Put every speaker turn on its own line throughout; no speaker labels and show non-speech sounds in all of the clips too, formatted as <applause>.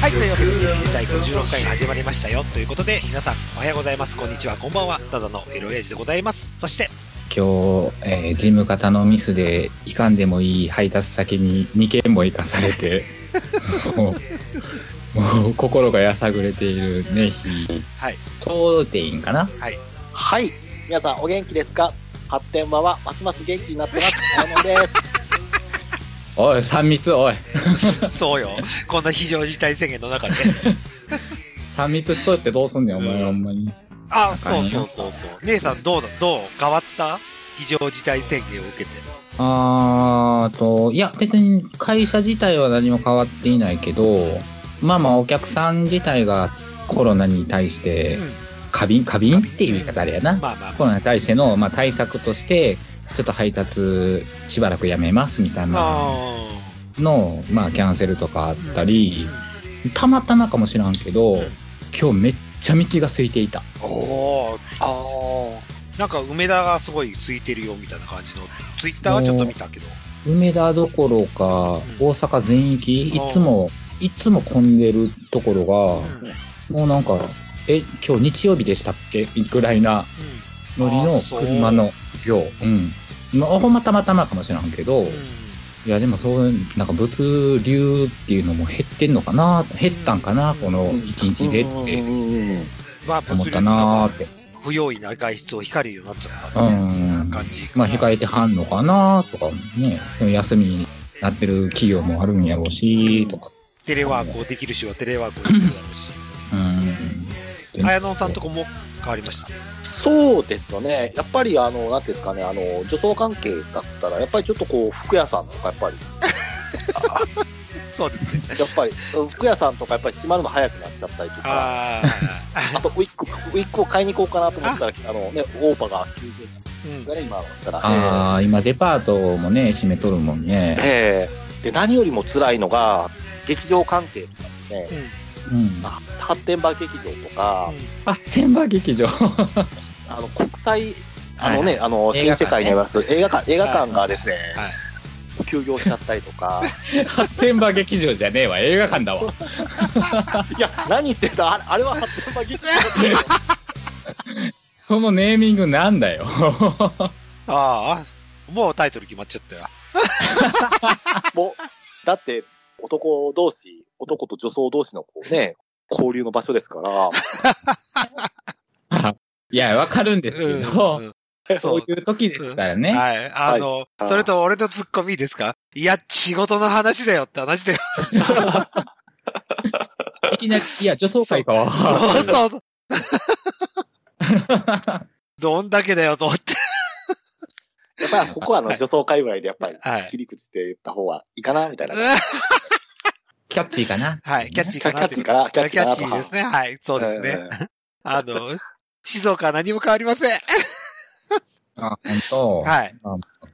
はい、というわけで、LA 第56回が始まりましたよ。ということで、皆さん、おはようございます。こんにちは、こんばんは。ただの LA でございます。そして、
今日、えー事務方のミスで、いかんでもいい配達先に2件も行かさ
<laughs>
れて、もう、もう心がやさぐれているね、日。 <laughs>
はい。
東店かな
はい。皆さんお元気ですか発展場はますます元気になってます。あやもんです。
おい、3密、おい。
そうよ。こんな非常事態宣言の中
<laughs>
で。
3密しとってどうすんねん、お前、
うん
ほんまに。
あ、そうそうそうそう。姉さん、どうだ、どう変わった非常事態宣言を受けて。
あーと、いや、別に会社自体は何も変わっていないけど、まあまあ、お客さん自体がコロナに対して
う、ん。
過敏、過敏っていう言い方あれやな。
まあまあま
コロナに対しての、まあ、対策として、ちょっと配達しばらくやめますみたい
あ
な。の、まあ、キャンセルとかあったり、たまたまかもしらんけど、今日めっちゃ道が空いていた。
あ。おー
あー
なんか梅田がすごいついてるよみたいな感じの、ツイッターはちょっと見たけど。
梅田どころか、大阪全域、い
あー
つも、いつも混んでるところ
う
が、
ん。うん
もうなんか、え、今日日曜日でしたっけぐらいな乗り
あー
の
そう
車の量。うん。まあ、ほんまたまたまかもしらんけど、
うん
いや、でもそう、なんか物流っていうのも減ってんのかな、減ったんかな、この一日でって
まあ、物
思っ
流
たなーって。
不用意な外出を光るようになっちゃった
う。
みたいなん感じか
ま
な。
あ、控えてはんのかなとかね、でも休みになってる企業もあるんやろうし、とか。
テレワークをできる人はテレワークをやってるだろうし。
うん。
綾野さんとこも変わりました。
そうですよね。やっぱりあの、なんていうんですかね、あの、女装関係だったら、やっぱりちょっとこう、服屋さんとか、やっぱり、
そうですね。
やっぱり、服屋さんとか、やっぱり閉まるの早くなっちゃったりとか、
あ
<laughs> あと、ウィッグ、ウィッグを買いに行こうかなと思ったら、あのね、オーパが休業
あ。うん
だね、今だったら。
ああ、今デパートもね、閉めとるもんね。
ええで、何よりも辛いのが、劇場関係とかですね、
うん。
うん。
あ発展場劇場とか、
あ、千葉劇場。
あの、国際、あの
はい
ね、あの、
映画館ね
新世界にあります映画館、映画館がですね、
はい。
休業しちゃったりとか、 <laughs>
千葉劇場じゃねえわ、映画館だわ。
いや、何言ってんさ、あれあれは発展場劇場だっ
このネーミングなんだよ。 <laughs>
ああ、もうタイトル決まっちゃったよ。
て、もう、だって、男同士、男と女装同士のこうね、交流の場所ですから、
いや、わかるんですけど、
ん。
そ
そうう。
いう時ですからね。
はい。あの、
い
それと俺のツッコミいいですかいや、仕事の話だよって話だよ。
いきなり、いや、女装会か。
そうそうそう。どんだけだよと思って。
やっぱりここはあの、女装界隈でやっぱり、
はい。
切り口って言った方がいいかな、みたいな。
<laughs> キャッチーかな。
はい。キャッチー
キャ
か
ッ
なって
チーかな、キャッチ
キ
ー
ャ
か
ッ
な
チ
と
ー
か。
ですね。はい。そうですね。
ええ
あの、静岡は何も変わりません。
あ、本当。
はい。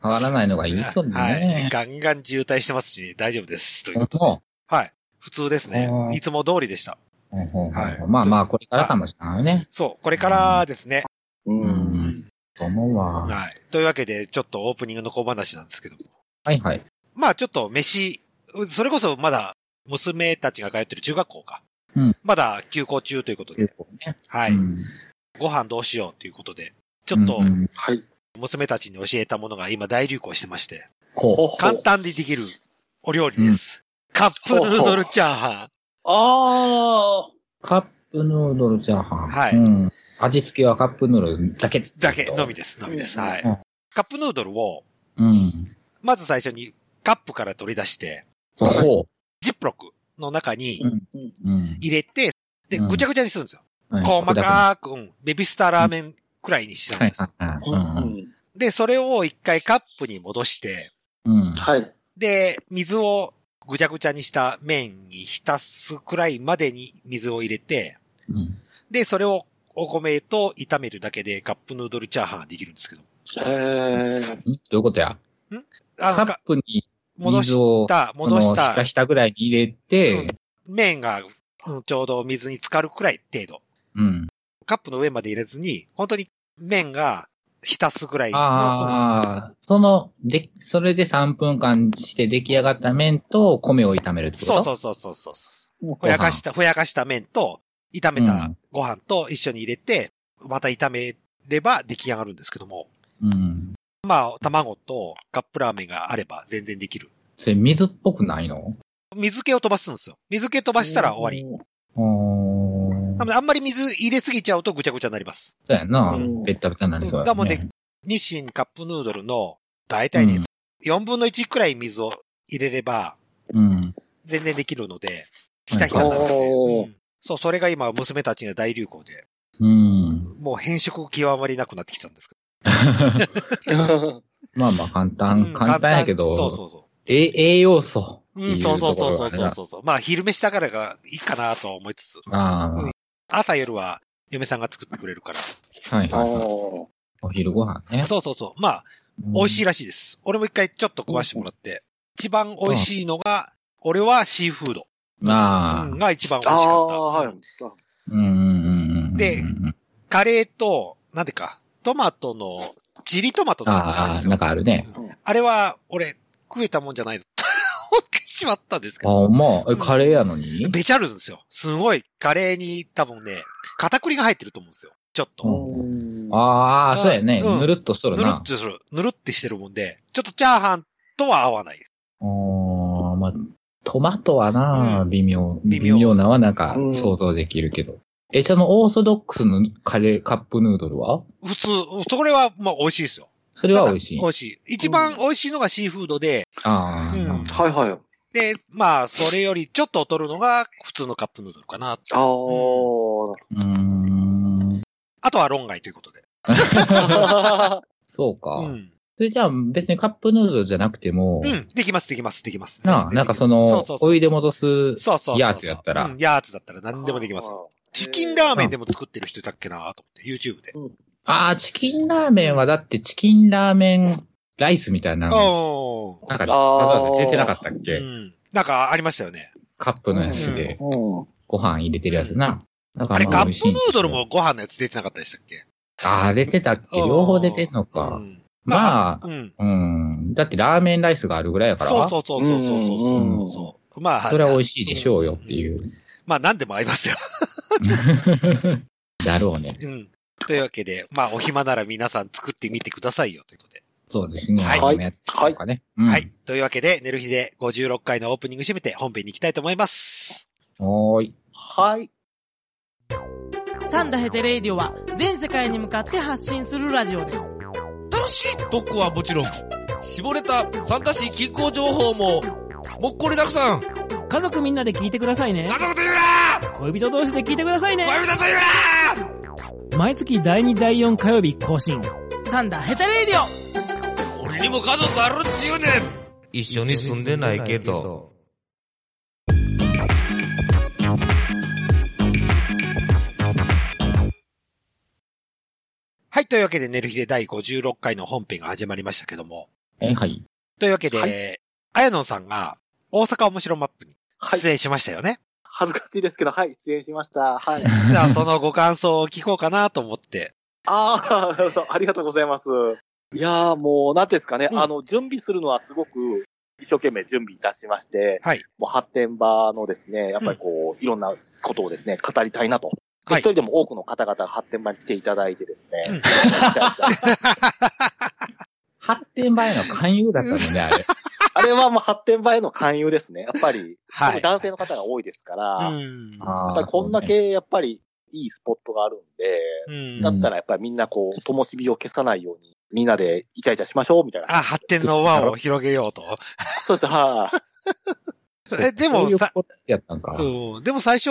変わらないのがいいと
はい
ね。。
ガンガン渋滞してますし、大丈夫です。という
本
こと
当
はい。普通ですね
う。ん
いつも通りでした。
ほうほう
はい
ほうまあまあ、これからかもしれないね。
そう。これからですね。
う
うん。
ん。と思うわ。
はい。というわけで、ちょっとオープニングの小話なんですけども。
はいはい。
まあちょっと飯、それこそまだ娘たちが通ってる中学校か。
うん
まだ休校中ということで。
ね
はい。ご飯どうしようということで。ちょっと
うんうん
はい。
娘たちに教えたものが今大流行してまして。
こ
ほ
簡単にできるお料理です。カップヌードルチャーハ
ああ。
うカップヌードルチャーハン。
はい
うん味付けはカップヌードルだけ。
ンだけ、のみです、のみです。はい
うん。
カップヌードルを、
うん。
まず最初にカップから取り出して、
ほ
ジップロックの中に
うんう。うん。
入れて、で、
うん
ぐちゃぐちゃにするんですよ。
はい
細かく、うん、ベビースターラーメンくらいにしちゃうん
はい
ですよ。
はいはい。
で、それを一回カップに戻して、
うんうん
はい。
で、水をぐちゃぐちゃにした麺に浸すくらいまでに水を入れて、
うん
で、それをお米と炒めるだけでカップヌードルチャーハンができるんですけど。
へえ。
どういうことや
あ
カ
の、
ッ
か
プに
戻
水を
した、戻し
ひた
た
ひたぐらいに入れて、
麺が、うんちょうど水に浸かるくらい程度。
うん。
カップの上まで入れずに、本当に麺が浸すぐらいの。
ああ、その、で、それで3分間して出来上がった麺と米を炒めるってこと
そうそうそうそうそうそほやかした、ほやかした麺と、炒め
う
た
ん
ご飯と一緒に入れて、また炒めれば出来上がるんですけども、
うん。
まあ、卵とカップラーメンがあれば全然できる。
それ水っぽくないの
水気を飛ばすんですよ。水気飛ばしたら終わり。
り。
おー
なので、あんまり水入れすぎちゃうとぐちゃぐちゃになります。
そうやな
うん。
ベッタベタになりそう
だ
や
もんで
ね。、
日清カップヌードルの、大体ね、4分の1くらい水を入れれば、
うん。
全然できるので、ひたひたになるので、
お
う
ー
んそう、それが今、娘たちが大流行で、
うん。 <laughs>
もう変色極まりなくなってきたんですけど。
まあまあ簡
うん
単、簡単やけ
そうそ
ど、
うそう。
え栄養素って
う
い
ん、
う
そう
と
そう
こ
そう
ろ
そうそ
がね
うそうそう。まあ、昼飯だからがいいかなとは思いつつ、
ああ、
うん朝夜は嫁さんが作ってくれるから。
はい
あ
はいはい。
ー
お昼ご飯ね。
そうそうそう。まあ、
うん
美味しいらしいです。俺も一回ちょっと壊してもらって。一番美味しいのが、俺はシーフード
あ
うん
あ。
が一番美味し
あ
か
ー、
った。
はい。あ
うんうんうんうん。
でカレーと、なんでか、トマトの、チリトマトのあるんです
ああ、
よ
なんかあるね。
あれは、俺、食えたもんじゃないと <laughs> 思ってしまったんですけ
あ
ど。
ほんまあ、え、カレーやのに
<laughs> べちゃるんですよ。すごい、カレーに多分ね、片栗が入ってると思うんですよ。ちょっ
う
と。
うん
ああ、そうやね。
うん
ぬるっとしとる
ぬる
な
っ。とする。ぬるってしてるもんで、ちょっとチャーハンとは合わない。
おーまあ、トマトはな、
うん
微妙。
微
微
妙
妙なはなんか
うん
想像できるけど。え、そのオーソドックスのカレー、カップヌードルは
普通、それは、まあ、美味しいですよ。
それは美味しい
美。味しい。一番美味しいのがシーフードで、
ああ、
うん
はいはい。あ
で、まあ、それよりちょっと劣るのが普通のカップヌードルかな。
あー、
うーん。
あとは論外ということで。
そうか。
うん。
それじゃあ別にカップヌードルじゃなくても、
うん。できます、できます、できます。
なあ、
全然
なん
で
か
きるそ
そ
う
の
そう、そう
お湯で戻す。
そうそうそうそう。
ヤーツやったら
うん、ヤーツだったら何でもできます。。チキンラーメンでも作ってる人いたっけなと思って、YouTube で。
ああ、チキンラーメンはだってチキンラーメンライスみたいなの。
おー
なんか、
あー
わざわざ出てなかったっ
う
け、
ん。なんかありましたよね。
カップのやつで
うん。
ご飯入れてるやつな。なんか
あれ、
ま
カ
美
ッ
味し
プ
いん
ヌ
です
ード
よ
ル。もご飯のやつ出てなかったでしたっけ
ああ、出てたっけ両方出てんのか。
うん
まあ、
うん。
うん。だってラーメンライスがあるぐらいやから。
そうそうそうそうそうそう
うん
そうそう。まあ、。
それは美味しいでしょうよっていう
<laughs>
う。
まあ、何でも合いますよ。
だろうね。
うん。というわけで、まあ、お暇なら皆さん作ってみてくださいよ、ということで。
そうですね。
はい
こうやってとかね。うん
はい。。というわけで、寝る日で56回のオープニング締めて本編に行きたいと思います。
おーい。
はい。
サンダヘテレーディオは全世界に向かって発信するラジオです。
楽しい特攻はもちろん、絞れた参加し気候情報も、もっこりたくさん。
家族みんなで聞いてくださいね
家。族と言うな
恋人同士で聞いてくださいね。
恋人と言うな
毎月第2第4火曜日更新。サンダヘテレーディオ
俺にも家族あるっちゅうねん一緒に住んでないけど。
はい。というわけで、寝る日で第56回の本編が始まりましたけども。
え、はい。
というわけで、
は
あやのんさんが、大阪面白マップに
はい
出演しましたよね。
恥ずかしいですけど、はい、失礼しました。はい。
じゃあ、そのご感想を聞こうかなと思って。
ああ、ありがとうございます。いやーもう、なんていうんですかね、
うん
あの、準備するのはすごく、一生懸命準備いたしまして、
はい。
もう発展場のですね、やっぱりこう、いろんなことをですね、語りたいなと。で一、
はい
人でも多くの方々が発展場に来ていただいてですね、
うん
めち
<laughs>
ゃめちゃ
<laughs> 発展前の勧誘だったのね、あれ。
<laughs>
あれはもう発展場への勧誘ですね。やっぱり、
はい。
男性の方が多いですから、
う
やっ
ん。
あ
ぱりこんだけやっぱりいいスポットがあるんで、
うん
だったらやっぱりみんなこう、灯火を消さないように、みんなでイチャイチャしましょうみたいな。
あ、発展の輪を広げようと。
そうです、はい、
え、でもさ、
やったんか。
うん。でも最初、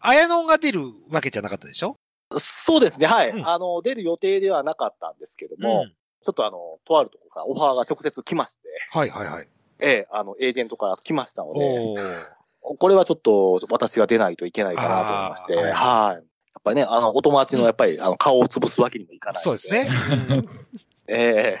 あやのんが出るわけじゃなかったでしょ
そうですね、はい、
うん
あの、出る予定ではなかったんですけども、
うん
ちょっとあの、とあるところからオファーが直接来まして、
はいはいはい。
ええ、あの、エージェントから来ましたので、
おー
これはちょっと私が出ないといけないかなと思いまして、
あー
はい。やっぱりね、あの、お友達のやっぱり、あの、顔を潰すわけにもいかない。
そうです。ね。
ええ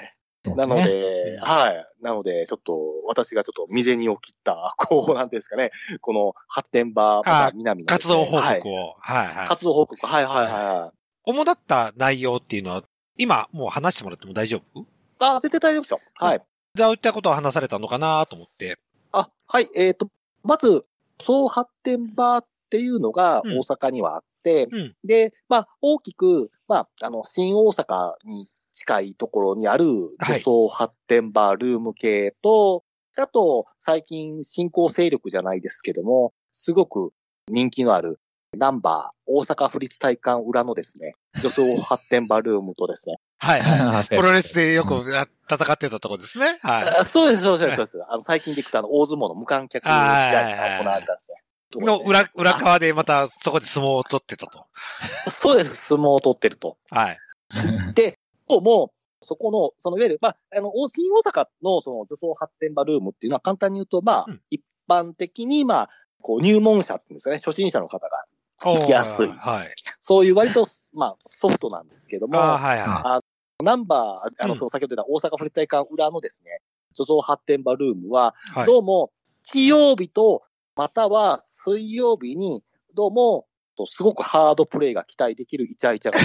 なの
ね。
で、はい。なので、ちょっと、私がちょっと、未然にを切った、 <laughs> こう、なんていうんですかね、この、発展場、また南のです
活
ね、
動報
はい
告を。はいはい。
活動報告。はいはいはい。
主だった内容っていうのは、今もう話してもらっても大丈夫
あ、絶対大丈夫ですよ。はい。
どういったことを話されたのかなと思って。
あ、はい。えっ、と、まず、総発展場っていうのが
うん
大阪にはあって、
うん
で、まあ、大きく、まあ、あの、新大阪に近いところにある
はい
女装発展バールーム系と、あと、最近新興勢力じゃないですけども、すごく人気のある、ナンバー、大阪府立体館裏のですね、女装発展バールームとですね、
はいはい。プロレ
<laughs>
スでよく
う
あ戦ってたとこですね。はい。
あそうです、そうです、そうです。あの、最近で行くと、あの、大相撲の無観客試合が行われたんですね。
の裏、裏側でまたそこで相撲を取ってたと。
そうです、相撲を取ってると。
はい。
もう、もうそこの、そのいわゆる、まあ、あの、大新大阪の、その、女装発展場ルームっていうのは、簡単に言うと、まあ、
うん
一般的に、まあ、こう、入門者っていうんですかね、初心者の方が、行きやすい
はい。
そういう割と、まあ、ソフトなんですけども、
ああ、はいは
あ
ナンバー、あ
う
の、
ん
その、先ほど言った大阪府立体館裏のですね、女装発展場ルームは、
い。はい。
どうも、日曜日と、または水曜日に、どうも、すごくハードプレイが期待できるイチャイチャが。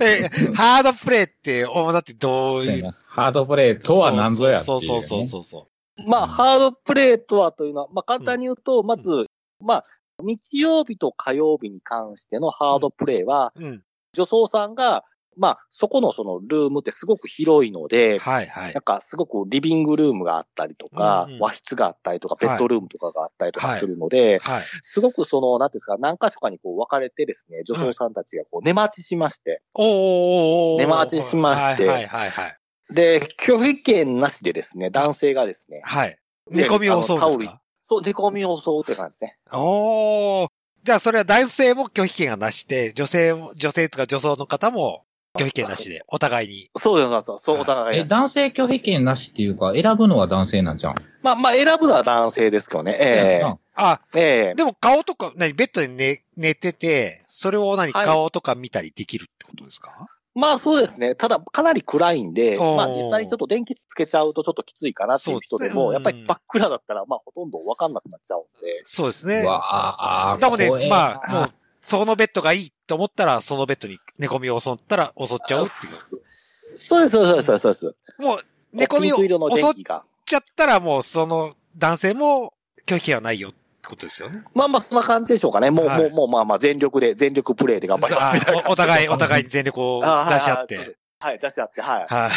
え、ハードプレイって、おだってどう
そう
い
や
う。
なハードプレイとは何ぞやってい、
そうう
ね。
そうそうそうそう。
まあ、ハードプレイとはというのは、まあ、簡単に言うと、まず、まあ、日曜日と火曜日に関してのハードプレイは、
うん。
女装さんが、まあ、そこのそのルームってすごく広いので、
はいはい
なん。かすごくリビングルームがあったりとか
うんうん、
和室があったりとか、ベッドルームとかがあったりとか
はい
するので、
はい。
すごくその、なんていうんですか、何箇所かにこう分かれてですね、女装さんたちがこう寝待ちしまして、
おーおーおーおー
寝待ちしまして
はいはいはい
で、拒否権なしでですね、男性がですね、
はい。はい。寝込みを襲
あ
うん
のタオ
で
ル
すか
そう、寝込みを襲うって感じですね。
おー。じゃあそれは男性も拒否権がなしで、女性も、女性とか女装の方も拒否権なしで、お互いに。
そうです、そうですそう、お互い
え、
です。
男性拒否権なしっていうか、選ぶのは男性なんじゃん。
まあ、まあ、選ぶのは男性ですけどね。え
な
あ、
えええ
でも顔とか、何、ベッドで寝、寝てて、それを何、
はい
顔とか見たりできるってことですか
まあ、そうですね。ただ、かなり暗いんで、
おー
まあ、実際にちょっと電気つけちゃうとちょっときついかなっていう人で
そう
も、
で
や
すね
っ
うん
ぱり真っ暗だったら、まあ、ほとんどわかんなくなっちゃうんで。
そうです
う
ね。
わあ、
なので
怖え、な
まあ、もう、そのベッドがいいと思ったら、そのベッドに寝込みを襲ったら襲っちゃうっ
<laughs>
てい
そうです、そうです、そうです、そうです。
う。もう、寝込みを
ピンク色の電
襲
気
っ
が。
ちゃったら、もう、その男性も拒否権はないよってことですよね。
まあまあ、そんな感じでしょうかね。もう、
はい
もう、もう、まあまあ、全力で、全力プレイで頑張り <laughs> ますみたいな
あおお互い、
うん
お互いに全力を出
あはい
し合っ
はいはいそう
て
で。すはい、出し合って、はい。
はい。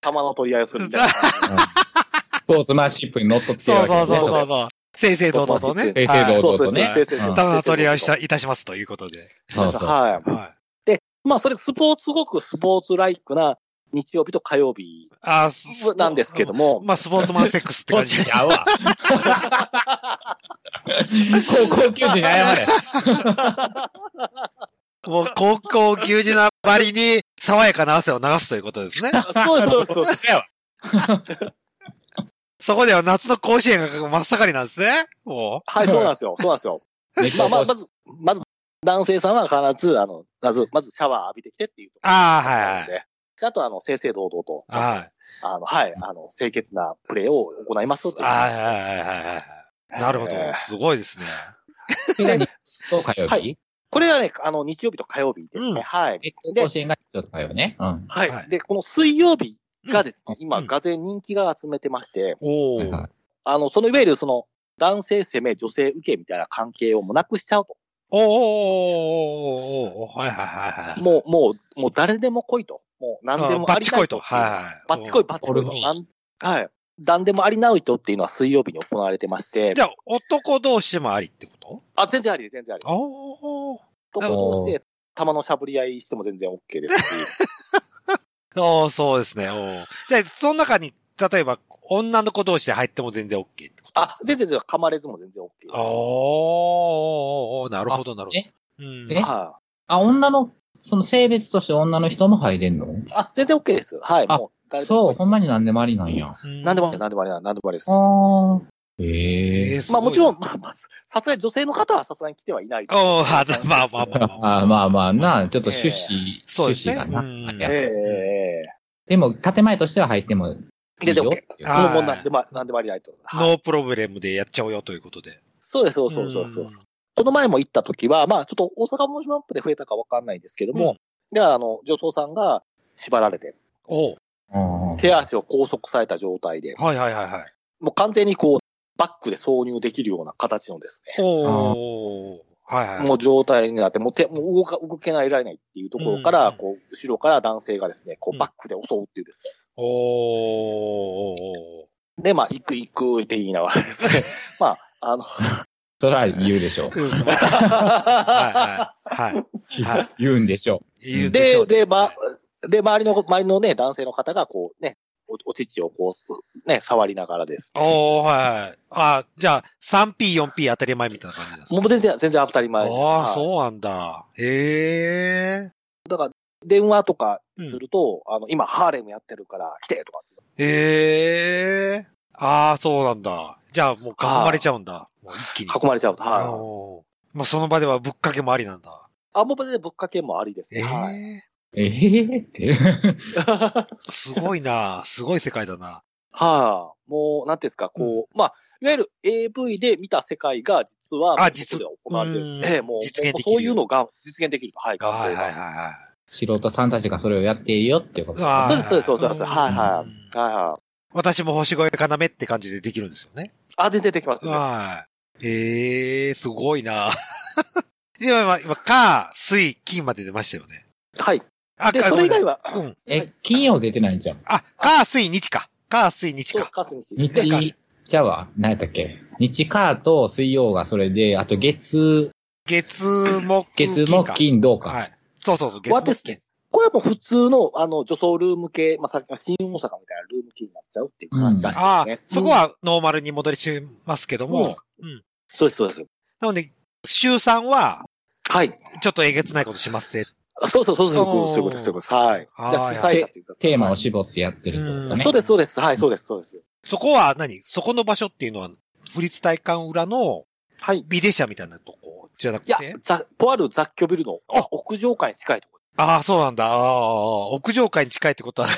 玉の取り合いをするみたいな感じで。
うんスポーツマンシップに乗っ取って
そうそうそう
そう
そうそう。正々堂々とね。
正々
はい
堂々とね。
はいそうそうそう
うん
ただの取り合いをした、いたしますということで。
そうそう
はい。
はい。
まあ、それ、スポーツ、すごくスポーツライクな日曜日と火曜日
あ
なんですけど。も、
まあ、スポーツマンセックスって
こ
感
っ
じ
ち。ちゃうわ。高校球児に謝れ。
もう、高校球児なばりに、爽やかな汗を流すということですね。
そうですそうです
<laughs>
そうです。
そこでは夏の甲子園が真っ盛りなんですね。も
はい、そうなんですよ。そうなんですよ。まあ、まあ、まず、まず、男性さんは必ず、あの、まず、まずシャワー浴びてきてっていうと
う。ああ、はい
な
は
の
い。
で、ちゃんと、あの、正々堂々と、あ
はい。
の、はい、あの、清潔なプレーを行いますっていう
はいはいはいはいはい。なるほど
えー。
すごいですね。
それが日曜火曜
は
日
これがね、あの、日曜日と火曜日ですね。
うん
はい。
え
で
甲子園が日曜と火曜ね。うん。
はい、
はい
で、この水曜日がですね、
うん
今、がぜ人気が集めてまして、
お
はい
ー。
はい
あの、そのいわゆるその、男性攻め、女性受けみたいな関係をもうなくしちゃうと。
おーおーおーおーおーはいはいはいはい。
もう、もう、もう誰でも来いと。もう何でも
バ
あ
ッ
り
チ
な
コ
い
イと。はいはい。
バッチコイ、バッチコイ
うん
なんはい。何でもありないとっていうのは水曜日に行われてまして
じ、ゃあ、男同士もありってこと
あ、全然ありです、全然ありで
おー。
す。とこうして、玉のしゃぶり合いしても全然 OK ですし、
ああ、そうですね。おーじゃあ、その中に、例えば、女の子同士で入っても全然 OK ってこと
あ、全然全然噛まれずも全然 OK です。
おーおーおーおーなるほど、なるほど。
え
うん
え
は
あ、女の、その性別として女の人も入れんの
い。あ、全然 OK です。はい。
あ
もう誰でも
そう、ほんまに何でもありなんや。
うん
何でもあり、何でもあり、何でもありです。
ああ。
え
ええ
ー。すごいな
まあもちろん、まあまあ、ささすがに女性の方はさすがに来てはいない。
おーあまあまあまあまあ。
あまあまあな、ちょっと趣旨、
そうです
趣
ね
旨がな。
うん
あ
ええ
れや
え
でも、建前としては入ってもいい
全然
よ
OK
っていう。
あ
え。も
は
う
い
もう何でも、何でもありないと。 <laughs> はい
ノープロブレムでやっちゃおうよということで。
そうです、そうですそうですそうです。この前も行った時は、まあ、ちょっと大阪モーションアップで増えたかわかんないんですけども、で、あの、女装さんが縛られて、
おう
うん
手足を拘束された状態で、
はいはいはいはい。
もう完全にこう、バックで挿入できるような形のですね、
おー。はいはい。
もう状態になって、もう手、もう動か、動けないられないっていうところから、
うん
こう、後ろから男性がですね、こ
う
う、
ん
バックで襲うっていうですね。
おー。
で、まあ、行く行くって言いながらで
<laughs>
すね、まあ、あの、
そら言うでしょう。
はいはい。はい。は
言うんでしょ
い。言うしょ
で、
うね
で、ま、で、周りの、周りのね、男性の方が、こう、ね、お、お乳をこう、ね、触りながらです、ね。
おー、はいはい。あじゃあ、3P、4P 当たり前みたいな感じなんですか
もう全然、全然当たり前です。
ああ、
はい
そうなんだ。へ
電話とかすると、あの、今、ハーレムやってるから、来てとか。
え。へえ。ああ、そうなんだ。じゃあ、もう囲まれちゃうんだ。もう一気に。
囲まれちゃうと。はい。
おーまあ、その場ではぶっかけもありなんだ。
あ、もう全然ぶっかけもありです
ええ。
ね。はい。 <laughs>
う。ええって。 <laughs>
すごいな。すごい世界だな。
はあ、もう、なんていうんですか、こう、まあ、いわゆる AV で見た世界が実は、
あ
ここ
実
では行われてる
うん
んで、ええもう、
実現できる
もうそういうのが実現できると、はい、
はいはいはい
い。
は
素人さんたちがそれをやっていいよってこと
い。あー
そうですそうですそうです
ん
はいははいはい。
私も星越え要って感じでできるんですよね。
あ、で出てきますね。
はい。ええー、すごいな。 <laughs> 今、今、今、火、水、金まで出ましたよね。
はい。
あ
で、それ以外
は。
は、
うん。
え、金曜出てないんじゃん。
あ、火、水、日か。火、水、日
そう
か。
カスにし
日
でか、
じゃあわ、何やったっけ日火と水曜がそれで、あと月、
月、木、
月も
か
金
は
土か。
い。そうそうそう、
はで
木
すね。これはもう普通の、あの、女装ルーム系、まあ、さっきの新大阪みたいなルーム系になっちゃうっていう話らしい
ああ
ですね。、
そこはノーマルに戻りちますけども。うん。
そうです、そうです。
なので、週3は、
はい。
ちょっとえげつないことしますね。
そうそう、そうそう、
おー
そういうことです、そういうことです。はい。
はい
だから主催者というか、
テーマ
は
を
い
絞ってやってるってこと
う
ね。
ん
そうです、そうです。はい、そうです、そうです。
そこは何そこの場所っていうのは、府立体育館裏の
はい。い
ビデ社みたいなとこじゃなく
や
て、
ざとある雑居ビルの
あ
屋上階に近いとこ
ああ、そうなんだ。ああ、屋上階に近いって
<laughs>
ことは、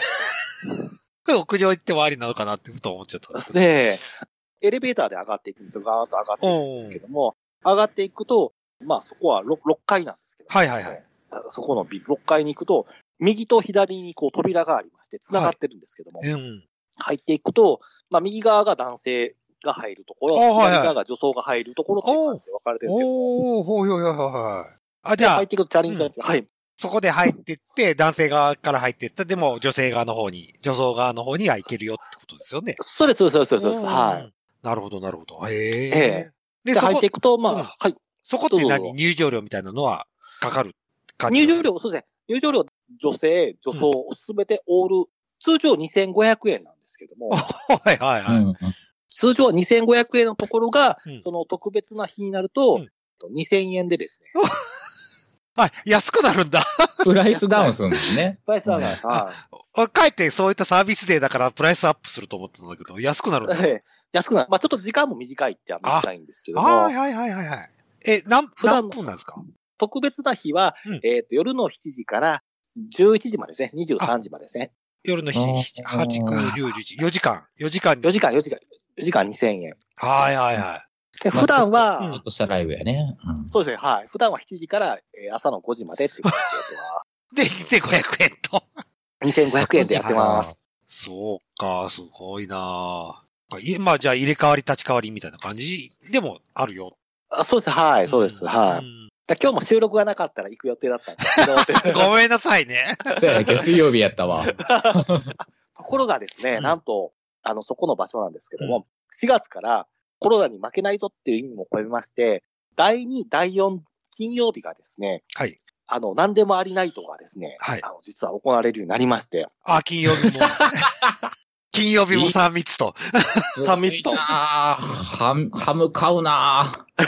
屋上行ってもありなのかなってふと思っちゃったん
ろで
です
す。ね。エレベーターで上がっていくんですよ。ガーッと上がっていくんですけども、上がっていくと、まあそこは 6, 階なんですけど、
はいはいはい。
そこのビル6階に行くと、右と左にこう扉がありまして、繋がってるんですけども、
うん。
入っていくと、まあ右側が男性が入るところ、
あはいはい
左側が女装が入るところっていう感じで分かれてるんですよ。
おー、ほいほいほいほいほい。あ、じゃあ
入っ、ていくとチャレンジされて、はい。
そこで入ってって、男性側から入ってった、でも女性側の方に、女装側の方には行けるよってことですよね。
そうです、そうです、そうですそうです。
ん
はい。。
なるほど、なるほど。へえ
え。
で、そ
で、入
こ
ってい、くと、ま
うん
あ、はい。
そこって
どうぞどう
何
ぞ
入場料みたいなのはかかる感じ
入場料、そうですね。入場料、女性、女装、すべてオール、通常2500円なんですけども、
はいはいはい。
うんうん
通常は2500円のところが、
うん
その特別な日になる
う
と、
ん
2000円でですね、
あ、安くなるんだ。 <laughs>
プライスダウンするもんね。
プライスダウンが、はい
あかえってそういったサービスデーだからプライスアップすると思ってたんだけど、安くなるんだ。
ええ安くなる。まあちょっと時間も短いっては短いんですけど
あ
も
ー、はいはいはいはい。え、何、
普段
何分なんですか
特別な日は、
うん
えっ、と、夜の7時から11時までですね、23時までですね。
夜の7、
あ
8、9、10、11、4時間、4時間。
4時間、4時間、4時間2000円。
はいはいはい。
で普段は、
うん
ちょっとしたライブやね。うん
そうですね、はい。普段は7時から、えー朝の5時までっていうこと
で、2500円と。
で、2500円でやってます。
<laughs> そうか、すごいなぁいまあじゃあ入れ替わり立ち替わりみたいな感じでもあるよ。
あそうです、はい、そうです、はい。
い。
だ今日も収録がなかったら行く予定だったんですけど、って
<laughs> ごめんなさいね。
そうや、今日水曜日やっ
<laughs>
たわ。
ところがですね、
うん
なんと、あの、そこの場所なんですけども、4月からコロナに負けないぞっていう意味も込めまして、第2、第4、金曜日がですね、
はい。
あの、何でもありナイトがですね、
はい
あの、実は行われるようになりまして、
あ、金曜 <laughs> 日も。金曜日も3密と。
三密と
ああ、ハム、ハム買うなぁ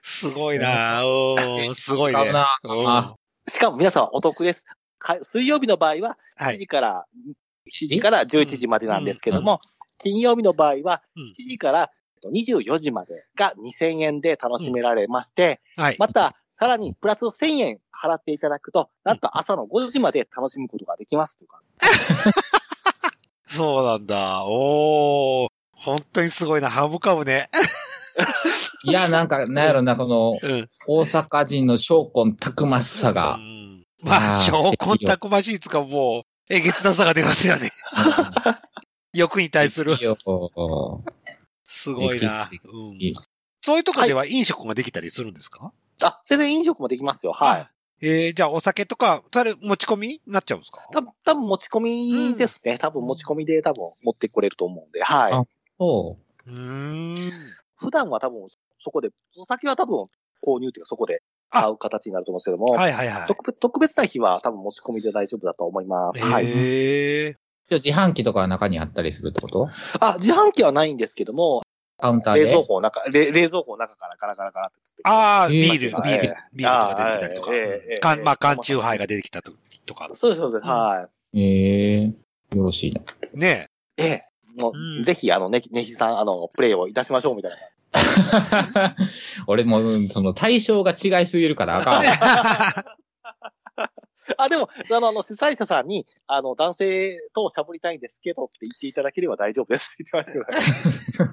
すごいなぁおーすごい
買
ね
う。なぁ
うん
あ
しかも皆さんはお得です。か水曜日の場合は、
は
7
い。
時から、7時から11時までなんですけども、金曜日の場合は、
うん
7時から24時までが2000円で楽しめられまして、
はい。
また、さらにプラス1000円払っていただくと、なんと朝の5時まで楽しむことができますとか。
そうなんだ。おー。本当にすごいな。ハムカムね。
いや、なんか、なんやろな、この、
うん。
大阪人の証拠のたくましさ
う
が。
<laughs>
んまあ、
あー
小コンタクマシーツかもう、
<laughs>
えげつなさが出ますよね。欲に対する。
よ
すごいな。
歴史的
うんそういうとこでは飲食ができたりするんですか
あ、全然飲食もできますよ。はい。
い。えー、じゃあお酒とか、それ持ち込みになっちゃうんですか
多分、多分持ち込みですね。多分持ち込みで多分持ってこれると思うんで、はい
あ。そう
ーん。
普段は多分そこで、お酒は多分購入というかそこで買う形になると思うんですけども、
はいはいはい。
特別特別な日は多分持ち込みで大丈夫だと思います。はい。
へー
う。自販機とかは中にあったりするってこと
あ、自販機はないんですけども、
カウンターで。
冷蔵庫の中、冷冷蔵庫の中からガラガラガラって取ってきて
ああ、
えー
ビール、ビー
はい
ル、ビールとか出てきた
はいえ
り
ええ
と
え
かかん。まあ、
ええ
缶チューハイが出てきたときとか。
そうです、そうです、
うん
は
ええよろしいな。
ね
い。ええ。もう、
うん
ぜひ、あの、ね、ねひさん、あの、プレイをいたしましょう、みたいな。 <laughs>
<laughs> 俺もう、その対象が違いすぎるからあかん。
あ、でも、あの、あの主催者さんに、あの、男性としゃぶりたいんですけどって言っていただければ大丈夫ですって言ってましたけどね。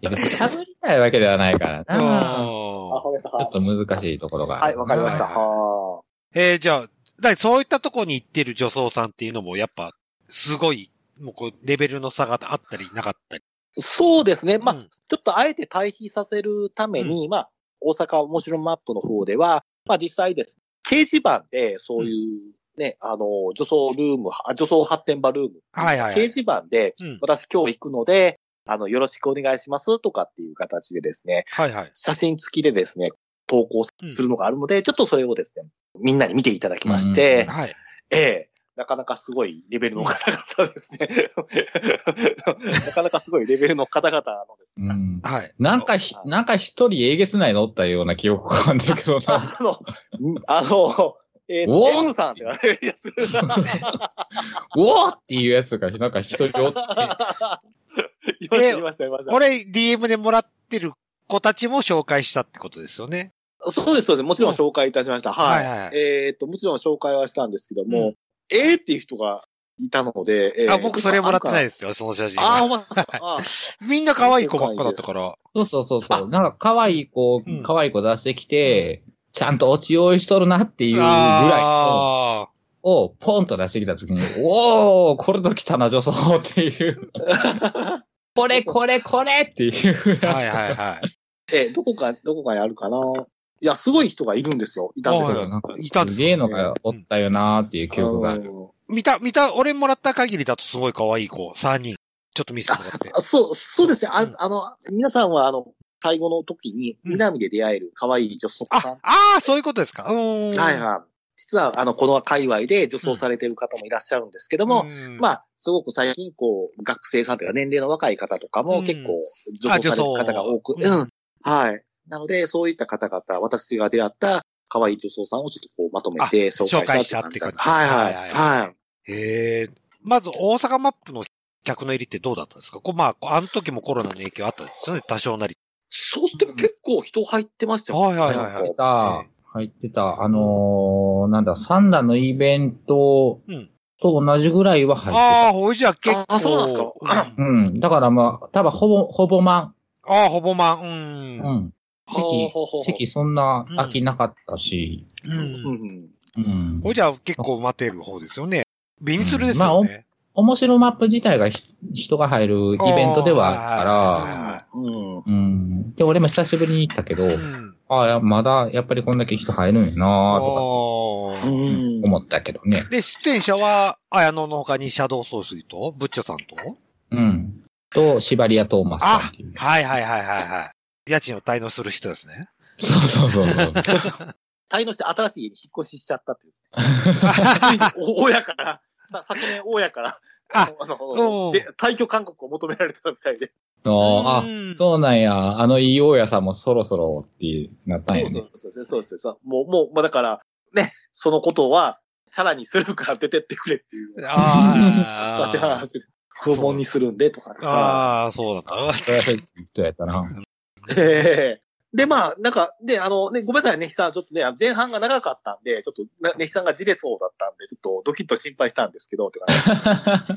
いや、別に被りたいわけではないから
え。
な。
あ、
うん
わかりました。
ちょっと難しいところがあ
はい、
る。
わかりました。
はい
は
えー、じゃあ、だいそういったとこに行ってる女装さんっていうのも、やっぱ、すごい、もうこう、レベルの差があったり、なかったり。
いそうですね。まあ、
う
ち
ん
ょっとあえて対比させるために、まあ、大阪面白マップの方では、まあ実際です。掲示板で、そういう、ね、あの、女装ルーム、あ女装発展場ルーム、
はいはい
掲
はい。
示板で、
うん。
私今日行くので、あの、よろしくお願いしますとかっていう形でですね、
はいはい。
写真付きでですね、投稿するのがあるので、ちょっとそれをですね、みんなに見ていただきまして、
はい。
ええ、なかなかすごいレベルの方々ですね。 <laughs> なかなかすごいレベルの方々のですね、
う
写真。
ん
はい。
なんかひ、なんか一人えげつないのおったような記憶があるんだけど
<laughs>
な。
あの、あの、えー、
おー
M さんって言われるやつ。
おーっていうやつが、なんか一人おって。
いました、いました、いました
こ。れ、DM でもらってる子たちも紹介したってことですよね。
そうです、そうです。もちろん紹介いたしました。はい。
はいはい
えーっと、もちろん紹介はしたんですけども、
うん
えーっていう人がいたので、えー
あ、僕それもらってない
い。
ですよ、その写真
あー、
は。
ほんまですかあー
みんな可愛い子ばっかだったから。
そうそうそうそう。なんか可愛い子
うん、
可愛い子出してきて、ちゃんと落ち用意しとるなっていうぐらい
あ
のをポンと出してきたときに、おー、これと来たな、女装って
<laughs>
いう。これ、これ、これっていう。
あ。はいはいはい。
えーどこか、どこかにあるかな。いや、すごい人がいるんです <laughs> よ。いたんです
は
よ。
い
なんか
いたんですすか
げえのがおったよなーっていう記憶があ
あ
る。
の
見た、見た、俺もらった限りだとすごい可愛い子、3人。ちょっと見せてもらって。
あそう、そうですね。あ
うん
あの、皆さんは、あの、最後の時に、
うん
南で出会える可愛い女装 <laughs> さん。
あ、ああ、そういうことですか。うーん。
はいはい。実は、あの、この界隈で女装されてる方もいらっしゃるんですけども、
うん
まあ、すごく最近、こう、学生さんというか年齢の若い方とか
う
も
ん
結構、女装される方が多く、
女装
うん。はい。なので、そういった方々、私が出会った可愛い女装さんをちょっとこう、まとめて紹
紹介
介
し
したた
っ
ってて
感
感
じ
じです。はいはい。
は
はいい。
へえ。まず、大阪マップの客の入りってどうだったんですかこうまあ、あの時もコロナの影響あったんですよね、多少なり。
そう、でも結構人入ってましたよ、
はいはいはいは
入
い
ってた、入ってた。あのー、なんだ、サンダのイベント
うん
と同じぐらいは入ってた。
ああ、ほいじゃあ結構。
あそうなんですか
うん
うん。だからまあ、多分ほぼ、ほぼ満。
ああ、ほぼ満。うん。う
う。
ん。
ほうほうほうほう
席、席そんな空きなかったし。
うんん。
うん。
ほいじゃあ結構待てる方ですよね。ビニツルですよね。
面白マップ自体がひ人が入るイベントではあるか
あ
うん。
ら。うん。で、俺も久しぶりに行ったけど
ー。、うん。
ああ、まだやっぱりこんだけ人入るんやなーとか
あー
うん。
思ったけどね。
で、出演者は、綾野の他にシャドウ総帥と、ブッチョさんと。
うん。と、シバリア・トーマスさんっていう。
はいはいはいはいはい。家賃を滞納する人ですね。
そうそうそうそう。
滞納して新しい家に引っ越ししちゃったっていうですね。ついにお親から、さ昨年大家から、
あう
あ
ん
の、で、退去勧告を求められたみたいで。
あ
うん
あ、そうなんや。あのいい大家さんもそろそろってなったんや
そ
ね
う。そうそうそうそうそうそう。もう、もう、まあだから、ね、そのことは、チャラにするから出てってくれっていう。だ
あ
って
あ。
話で。不問にするんで、とか。
ああ、そうだった。
それはそういう人やったな。
ええで、まあ、なんか、で、あの、ね、ごめんなさいね、ひさん、ちょっとね、あの前半が長かったんで、ちょっとな、ね、ひさんがじれそうだったんで、ちょっとドキッと心配したんですけど、てかね、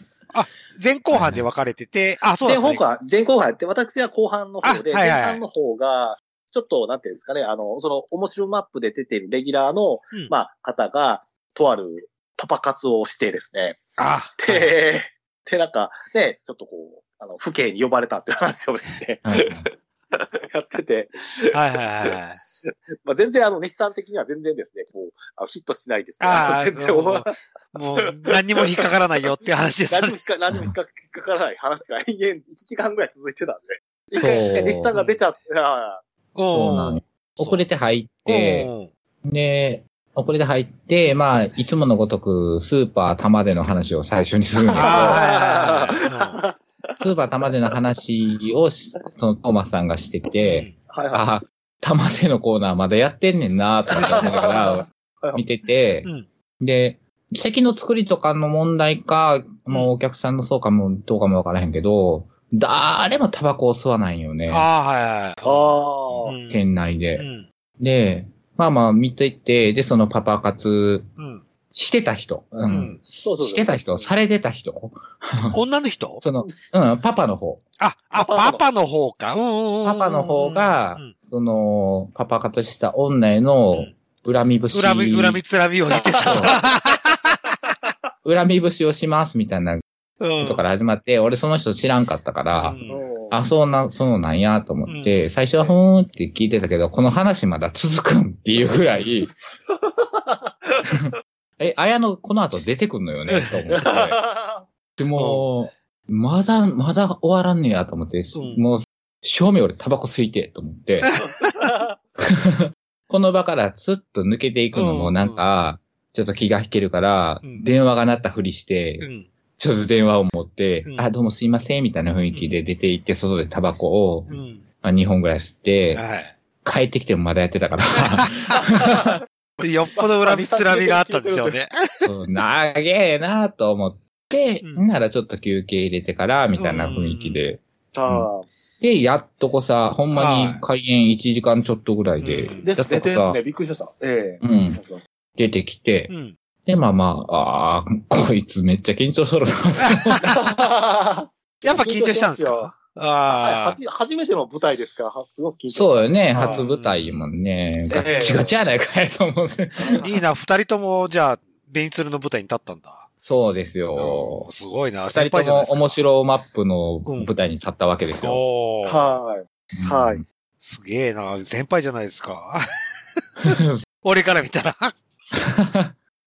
前後半で分かれてて、あ、そうだ
前
った、
後半、前後半やって、私は後半の方で、
あはいはいはい
前半の方が、ちょっと、なんていうんですかね、あの、その、面白マップで出てるレギュラーの、
うん
まあ、方が、とあるパパ活をしてですね、
あ、
<laughs> で、で、なんか、ね、ちょっとこう、あの、府警に呼ばれたっていう <laughs> 話をですね、
はい
やってて、
はいはいはい。
まあ、全然あの、ネヒさん的には全然ですね、こう、あのヒットしないですね。
ああ、
<laughs> 全然、
もう、もう何にも引っかからないよっていう話で
<laughs>
すよ
何も
ね。
引っか何も引っか引っかからない話が延々1時間ぐらい続いてたんで。一
そう
回、ネヒさんが出ちゃった、
そうなんよ遅れて入って、
うん
で、遅れて入って、まあ、いつものごとく、スーパー玉での話を最初にするんだ
<laughs> ああ、はいはいはい
けど、スーパー玉での話をし、そのトーマスさんがしてて、
はいはい。
ああ、玉でのコーナーまだやってんねんなと思いなが
<laughs>
ら見てて
うん、
で、席の作りとかの問題か、もうお客さんのそうかも、どうかもわからへんけど、誰もタバコを吸わないよね。
ああ、
あ
は
あ、
いはい。
店内
う
で。
ん。
で、まあまあ見ていて、で、そのパパ活
うん。
してた人。う
うん
ん。
そうそうそう
してた人、されてた人。
女の人
その、うん、パパの方。
あ、あ、パ
パパの
パの方か。うんうんうんうん。
パパの方が
うん
その、パパ活した女への
うん
恨み節。
恨み、恨みつらみを言ってた。
そう。恨み節をしますみたいな
うん
ことから始まって、俺その人知らんかったから、
うん
あ、そうな、そうなんやと思って、最初はふーんって聞いてたけど、この話まだ続くんっていうぐら
<laughs>
い、え、綾野この後出てくんのよね、と思
<laughs>
って。 <laughs> でも、まだ、まだ終わらんねやと思って、
うん
もう、正面俺タバコ吸いて、と思って、 <laughs> この場からスッと抜けていくのもなんか、ちょっと気が引けるから、
うん
電話が鳴ったふりして、
うん。
ちょっと電話を持って、
うん
あ、どうもすいません、みたいな雰囲気で出て行って、外でタバコを、
うん。
まあ、2本ぐらい吸って、
はい。
帰ってきてもまだやって
<laughs>
たから、
でよっぽど恨みつらみがあったんでしょうね。
そう長えなと思って、
うん
ならちょっと休憩入れてから、みたいな雰囲気で。
あ
で、やっとこさ、ほんま
はい
に開演1時間ちょっとぐらいで、
うん
で
やっ
す
と
ね、
こ
です
さ、
ね、びっくりしました。
う
ええ
ん、出てきて、
うん。
で、まあまあ、あーこいつめっちゃ緊張しとるな。
やっぱ緊張したんですか
はいは
ああ。
じ初めての舞台ですから、はすごく緊張
そうよね、
はい
初舞台もんね。ガ
ええ
ッチガチやないかいと思う。
いいな、二人とも、じゃあ、ベニツルの舞台に立ったんだ。
<laughs> そうです
お
よ
ー。すごいな、
二
先
人
輩
と
じゃない
も
ですか。
面白マップの舞台に立ったわけですよ。
おー
はい。 <laughs> うんはい
うん
すげえな、先輩じゃないです
<laughs>
か。俺から見たら。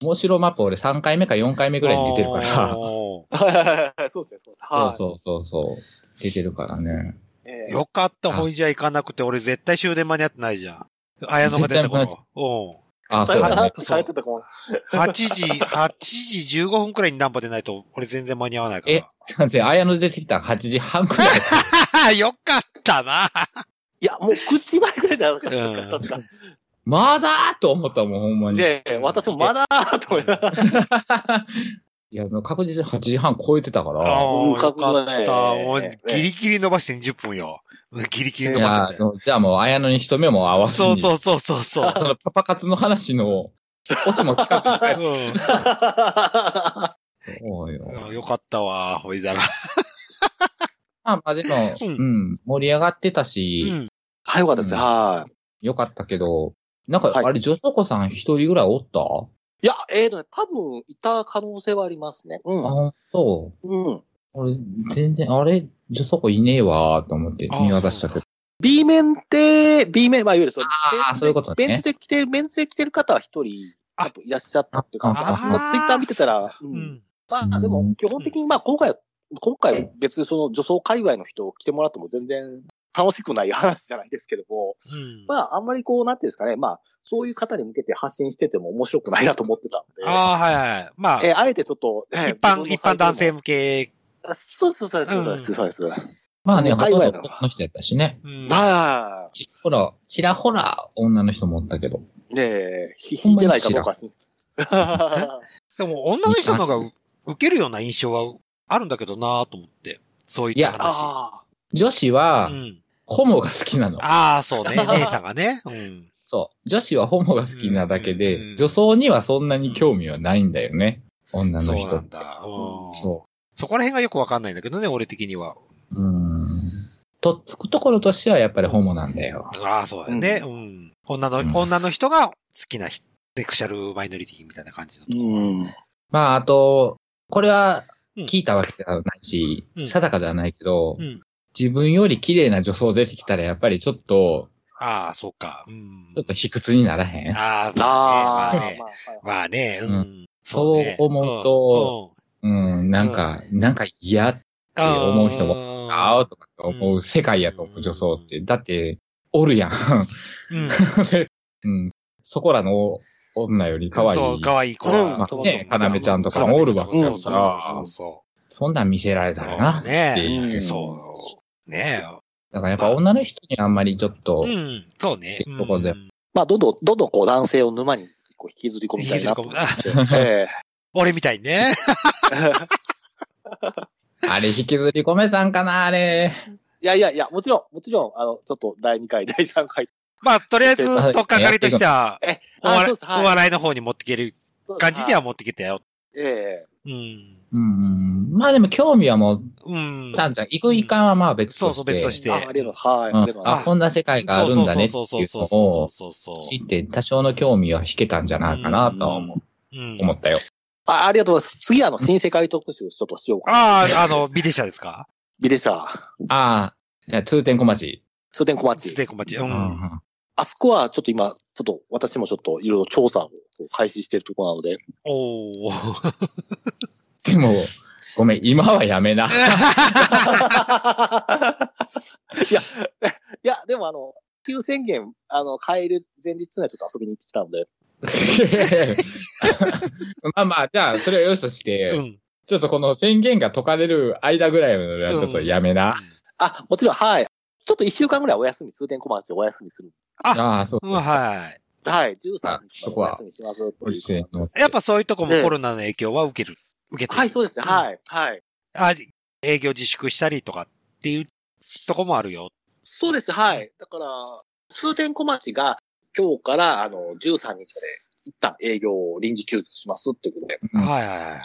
面白マップ俺3回目か4回目ぐらいに出てるから。
お
はいはいはいはいそうですね、そうです。
そう
は
そうそうそう。出てるからね。
い。え
ー
え
よかった、ほいじゃ行かなくて、俺絶対終電間に合ってないじゃん。綾野が出た
絶対間に合
頃。お
あ、そ
さ
う
よ
だ
な
ね
ら。されてたかも。
うん。8時、8時15分くらいにナンパでないと、俺全然間に合わないから。
なんで、綾野出てきたの8時半くら
<laughs>
い。
よかったな。
いや、もう口前ぐらいじゃなかったです
うん
か、確か。
まだーと思ったもん、ほんまに。い
で、私もまだーと思いながら
や、確実に8時半超えてたか
あ
ら。
あ、
うん
よかっ
覚悟
た。
だね
もう、ギリギリ伸ばして20分よ。ギリギリ
い
伸
や
ばして
あ。のじゃあもう、綾野に一目も合わず
そう
に。
そうそうそうそう。
<laughs>
そのパパ活の話の、音も聞かな
う
い。
ん
そうよ。
あよかったわ、ほいだら。
まあまあでも、
う
うんん、盛り上がってたし、
うん。
はい、よかったですね、はい。
よかったけど、なんか、
はい
あれ、女子子さん一人ぐらいおった
いや、ええとね、多分、いた可能性はありますね。う
あ、
ん。
ほんと。
うん。
俺、全然、あれ、女子子いねえわーと思って
あ
見渡したけど。
B 面で、B 面、まあ、いわゆるその、
あーそういうことね
ベンツで来てる、ベンツで来てる方は一人、
あ
多分いらっしゃったっていう感じ。
あ
あま
あ
あ、ツイッター見てたら、う。
うんん。
まあ、で
う
も
ん、
基本的に、まあ、今回は、今回は別にその女装界隈の人来てもらっても全然楽しくない話じゃないですけども、
うん
まあ、あんまりこう、なんていうんですかね、まあ、そういう方に向けて発信してても面白くないなと思ってたんで、
ああ、はいはい。まあ、
えーあえてちょっと、えー
一般、
自
一般
分のサイトでも
男性向け。
あそうですそうですそうです、そうです、そうです。
まあね、
もう
ほと
海
んど
外だ
男の人やったしね。
うん
まあ、
ちほら、ちらほら女の人もおったけど。
ねえ、ひ引いてないかどうかはし <laughs>
でも、女の人の方が受けるような印象はあるんだけどなぁと思って。そういった話。
あ
女子は
う、ん。
ホモが好きなの。
ああ、そう
<laughs>
ね。姉さんがね。うん。
そう。女子はホモが好きなだけ
うんうんうん
で、女装にはそんなに興味はないんだよね。女の
そうな
人
ん。だ。うん。そ
そ
こら辺がよくわかんないんだけどね、俺的には。
う。うん。とっつくところとしてはやっぱりホモなんだよ。
ああ、そうだよね。う。
うん
女の、
うん
女の人が好きなひセクシャルマイノリティみたいな感じの
ーうん。
まあ、あと、これは、
うん
聞いたわけではないし、
うん
定かではないけど、
うん
自分より綺麗な女装出てきたらやっぱりちょっと、
ああ、そうか。うん。
ちょっと卑屈にならへん。
ああ、ま
あ
あね。
ーまあはい
まあね。う。
うん
ね
そう思うと、うん、なんか、なんか嫌だ
うん
って思う人
も
ーとかって思う世界やと思う、女装って。だって、おるやん。
うん。
うん、そこらの女より可愛い。
そう、かわいい子
うん
は
ま。あね、かなめちゃんとか
そう
もおるわ
そ
け
う
や
そう
から、
そうそ
そんなん見せられたらな。
う。ね
っていう
え。
ん
そう。ねえ。
だからやっぱ女の人にあんまりちょっと
う、ん、そうね。
ってとこで
うん
まあ、どんどん、どんどんこう男性を沼にこう引きずり込みたいなと思って。え <laughs>
俺みたいにね。
え
あれ引きずり込めたんかな、あれ。
いやいやいや、もちろん、もちろん、あの、ちょっと第2回、第3回。
まあ、とりあえ
<laughs>
ず、とっかかりとしては、
え、
お
あ、
笑
そ
いう
です、はい
お笑いの方に持ってける感じには。持ってけたよ。
そうですはいえ
うん。
うん、うん。まあでも興味はも
うん
う、。なんじゃん、行く行かんはまあ別
そ
と
うそう、
して。
別として。
え。あ、ありがとうございます。はい、
う
あ
ん
りがとうござい
あ、
ます。
こんな世界があるんだねって
そう
い
そう
う
そ
の
うそう
を
そうそう
知って、多少の興味は引けたんじゃないかなとは思う
うん
思ったよ。
あありがとうございます。次、あの、新世界特集をちょっとしようかな。
ああ、あの、ビデシャですか
ビレシャー、
ああ、じゃあ通天小町。
通天小
ス
町。
テーコマチ。う。
うんん
あそこはちょっと今、ちょっと私もちょっといろいろ調査を開始してるところなので。
おー。
でも、ごめん、今はやめな。
いや、いや、でもあの、急宣言、あの、変える前日にはちょっと遊びに行ってきたので。
まあまあ、じゃあ、それはよしとして、
うん。
ちょっとこの宣言が解かれる間ぐらいのはちょっとやめな。
あ、もちろん、はい。ちょっと一週間ぐらいお休み、通天小町でお休みする。
うん
ああ、そう
うん、はい。
はい、13
あ
日
そこ
までお
は
休みします。
やっぱそういうとこも
ええ
コロナの影響は受ける。受けてる。
はい、そうですね。はい、はい。
あ、営業自粛したりとかっていうとこもあるよ。
そうです、はい。だから、通天小町が今日から、あの、13日まで一旦営業を臨時休業しますっていうことで。
うん
はいはいはい。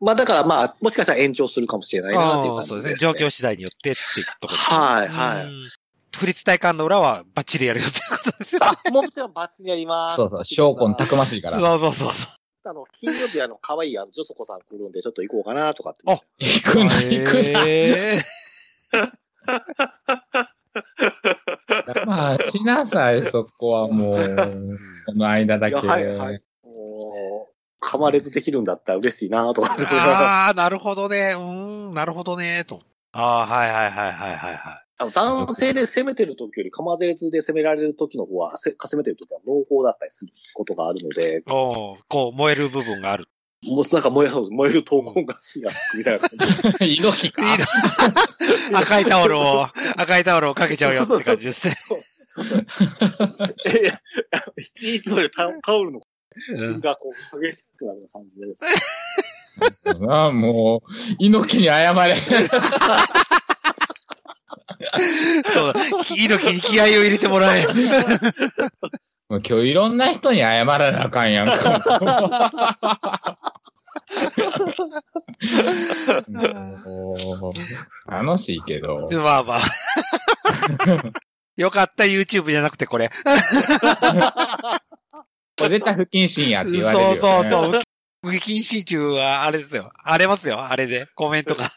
まあだからまあ、もしかしたら延長するかもしれないなっていう
ああ
感じ
そうですね。状況次第によってっていうとこですね。
はいはい
うん。不立体感の裏はバッチリやるよっていうことですよ。
あ、もちろんバツにやります。
そうそう、証拠たくましいか
そ
ら。
うそうそうそ
あの、金曜日あの、可愛いあの、ジョソコさん来るんで、ちょっと行こうかなとかって。
あ
行く
う。
な、行くな。
ええ
まあ、しなさい、そこはもう、この間だ
い
け
や、。はい、はい。もう、噛まれずできるんだったら嬉しいなとか。あ
ああ、なるほどね。うーん、なるほどね、と。ああ、はいはいはいはいはいはい。
の、男性で攻めてる時より、噛まれずで攻められる時の方は、せ攻めてる時は濃厚だったりすることがあるので、
おおこう、燃える部分がある。
もうなんか燃え、燃える闘魂が火がつくみたいな感
<laughs>
じ。
猪木か。
赤いタオル
<laughs>
を、赤いタオルをかけちゃうよって感じですね。
<laughs> え、いや、いついつよりタタオルの口がこう、激しくなる感じです。
ああ、もう、猪木に謝れ。
そうだ。猪木に気合を入れてもらえ。
もう今日いろんな人に謝らなあか
<laughs>
んやんか。もう楽しいけど。
まあ
<laughs>
まあ。よかった YouTube じゃなくてこれ。
これ絶対不謹慎やって言われるよ、
そう
ね。
そうそう。無期謹慎中はあれですよ。荒れますよ。あれで。コメントが。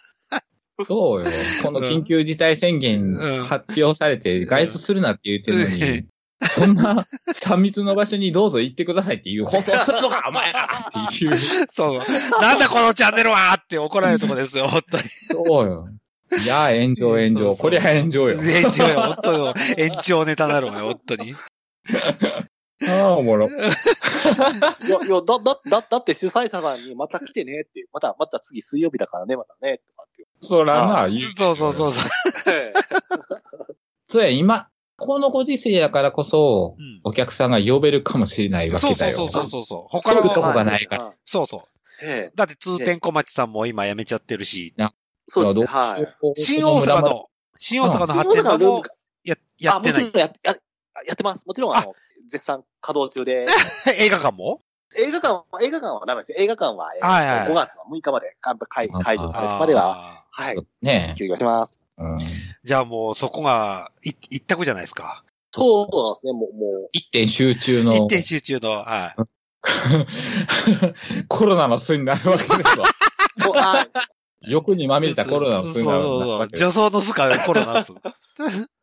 そうよ。この緊急事態宣言
うん
発表されて、外出するなって言ってるの
う
に、そんな3密の場所にどうぞ行ってくださいっていう放送するのか、お前らっていう。
そうそう。なんだこのチャンネルはって怒られるとこですよ。本当に。
そうよ。いや、炎
そう
上炎
そう
上。こりゃ炎
<laughs>
上よ。
延長よ。本当に。延長ネタなのよ。本当に。
ああ、おもろ。
いや、いや、だ、だ、だ、だって主催者さんにまた来てねって、また、また次水曜日だからね、またね、とかって
そらな、言
そうそうそうそう。
言って。
そうや、今、このご時世やからこそ、
うん
お客さんが呼べるかもしれないわ
そ
け
うそ
だ
うそ
よ
う。そうそう。
す
他
ぐ
の
どこがないから
ら。
そうそう。
ええ
だって通天小町さんも今辞めちゃってるし、
そうですね、
だから
はい。
どう
新大阪の、新大阪の発展場
ルーム
もやや
あ、
っ
も
てな
ち
い
ろ。んや、や、やってます。もちろん、あの、絶賛稼働中
<laughs>
で。
映画館も
映画館は、映画館はダメですよ。映画館は、え
はいはい
5月の6日まで、あ解
あー
解除される
あー
までは、はい、
ね
休業します。
うん。
じゃあもうそこがい一択じゃないですか。
そうなんですね、もう、も
一点集中の。
一点
<laughs>
集中の、はい。 <laughs>
コロナの巣になるわけですわ。
う、もうあ
欲にまみれたコロナをするなら
そうそう
な
そう
わけです
女装のすかコロナと。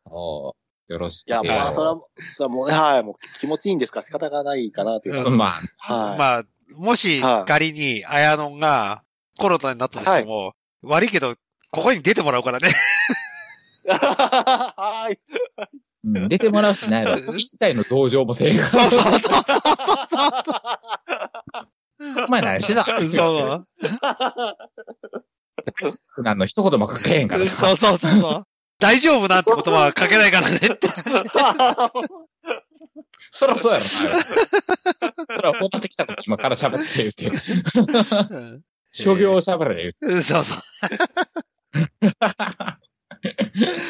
おーよろしく。
いや、もう、
まあ
それは、それはもう、はい、もう気持ちいいんですか仕方がないかなというう。
ん
まあ、
はい。
まあ、もし
はい
仮に、あやのんがコロナになったとしても、悪いけど、ここに出てもらうから
<laughs>
ね。
はい。
うん出てもらうしない
<laughs>
わ。一切の同情もせえが。
そうそうそう。
お前何してた
そうそう。
普段の一言もかけへんからな。
そうそうそうそう。大丈夫なんて言葉はかけないからねって。
そらそうやろな。そら、ほんってきたこと今から喋って言うて。
うん
諸行を喋れ言うて。
うんそうそう。
い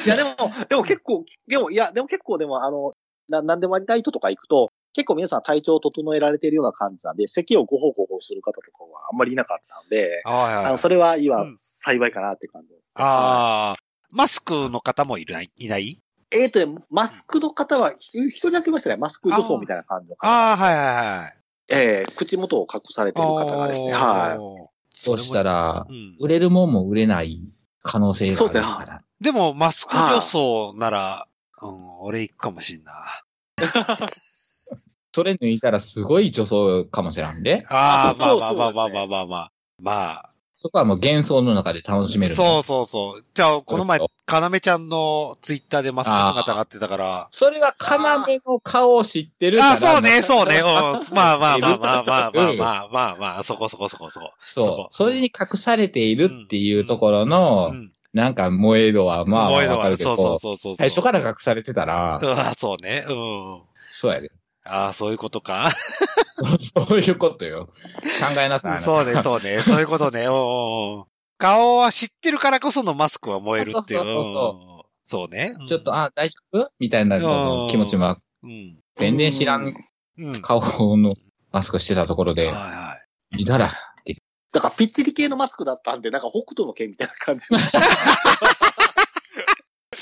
や、でも、でも結構、でも、いや、でも結構、でも、あの、な、なんでもありたい人とか行くと、結構皆さん体調を整えられてるような感じなんで、咳をごほごほする方とかはあんまりいなかったんで、
はい
あ
はい
の、。それは今
う、ん
幸いかなって感じです。
ああ。マスクの方もいないいない
えっ、とね、マスクの方は、ひ一人だけいましたね。マスク女装みたいな感じの方。
ああ、はいはいはい。。
ええ口元を隠されてる方がですね。はい
そうしたら
う、ん
売れるもんも売れない可能性があるから。
でも、マスク女装なら、うん、俺行くかもしんな。
それ抜いたらすごい女装かもしれんで。
ああ、ま
そう
あ
そう
まあま
そ
あ
うです
まあまあ
ね
まあまあ。まあ、
そこはもう幻想の中で楽しめる。
そうそうそう。じゃあ、この前
そう、
かなめちゃんのツイッターでマスク姿があってたから。
それは、要の顔を知ってるから。
あ、そうね、そうね。うんまあまあまあまあまあまあ
うん
まあまあまあ、そこそこそこそこ。そ
そうう。それに隠されているっていうところの
う、ん。
なんか萌え度はまあ、
もうええ
わ
の
か
は
るけ
そうそう
ど、
そうそう。
最初から隠されてたら、
そうあそうね。うん。
そうやで。
ああ、そういうことか。
そういうことよ。考えなさい。
そうね、そうね。そういうことね。おうおうおう顔は知ってるからこそのマスクは燃えるっていう。
そうそうそう
そうね。うん
ちょっと、、あ、大丈夫みたいな
うん
気持ちも、
うん。
全然知らん
うん。はい
顔のマスクしてたところで、
はい
たら、
だから、ぴっちり系のマスクだったんで、なんか北斗の剣みたいな感
<laughs>
じの。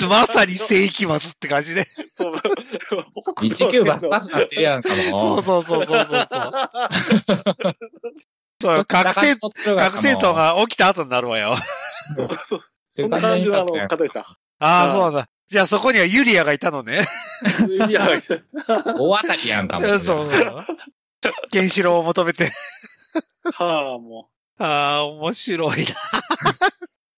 い。まさに世紀末って感じで。
<laughs> そう北斗の
19
剣
バ
の
ッバスなってるやんかも。
そうそうそうそうそうそう。 <laughs> そう、学生、学生党。が起きた後になるわよ。
そうそんな感じのあの方でした。
ああ、
うん
そうだ。じゃあそこにはユリアがいたのね。
いや、
大当たりやんかも。
そうそう。原子炉を求めて。
はあ、も
ああ、面白いな。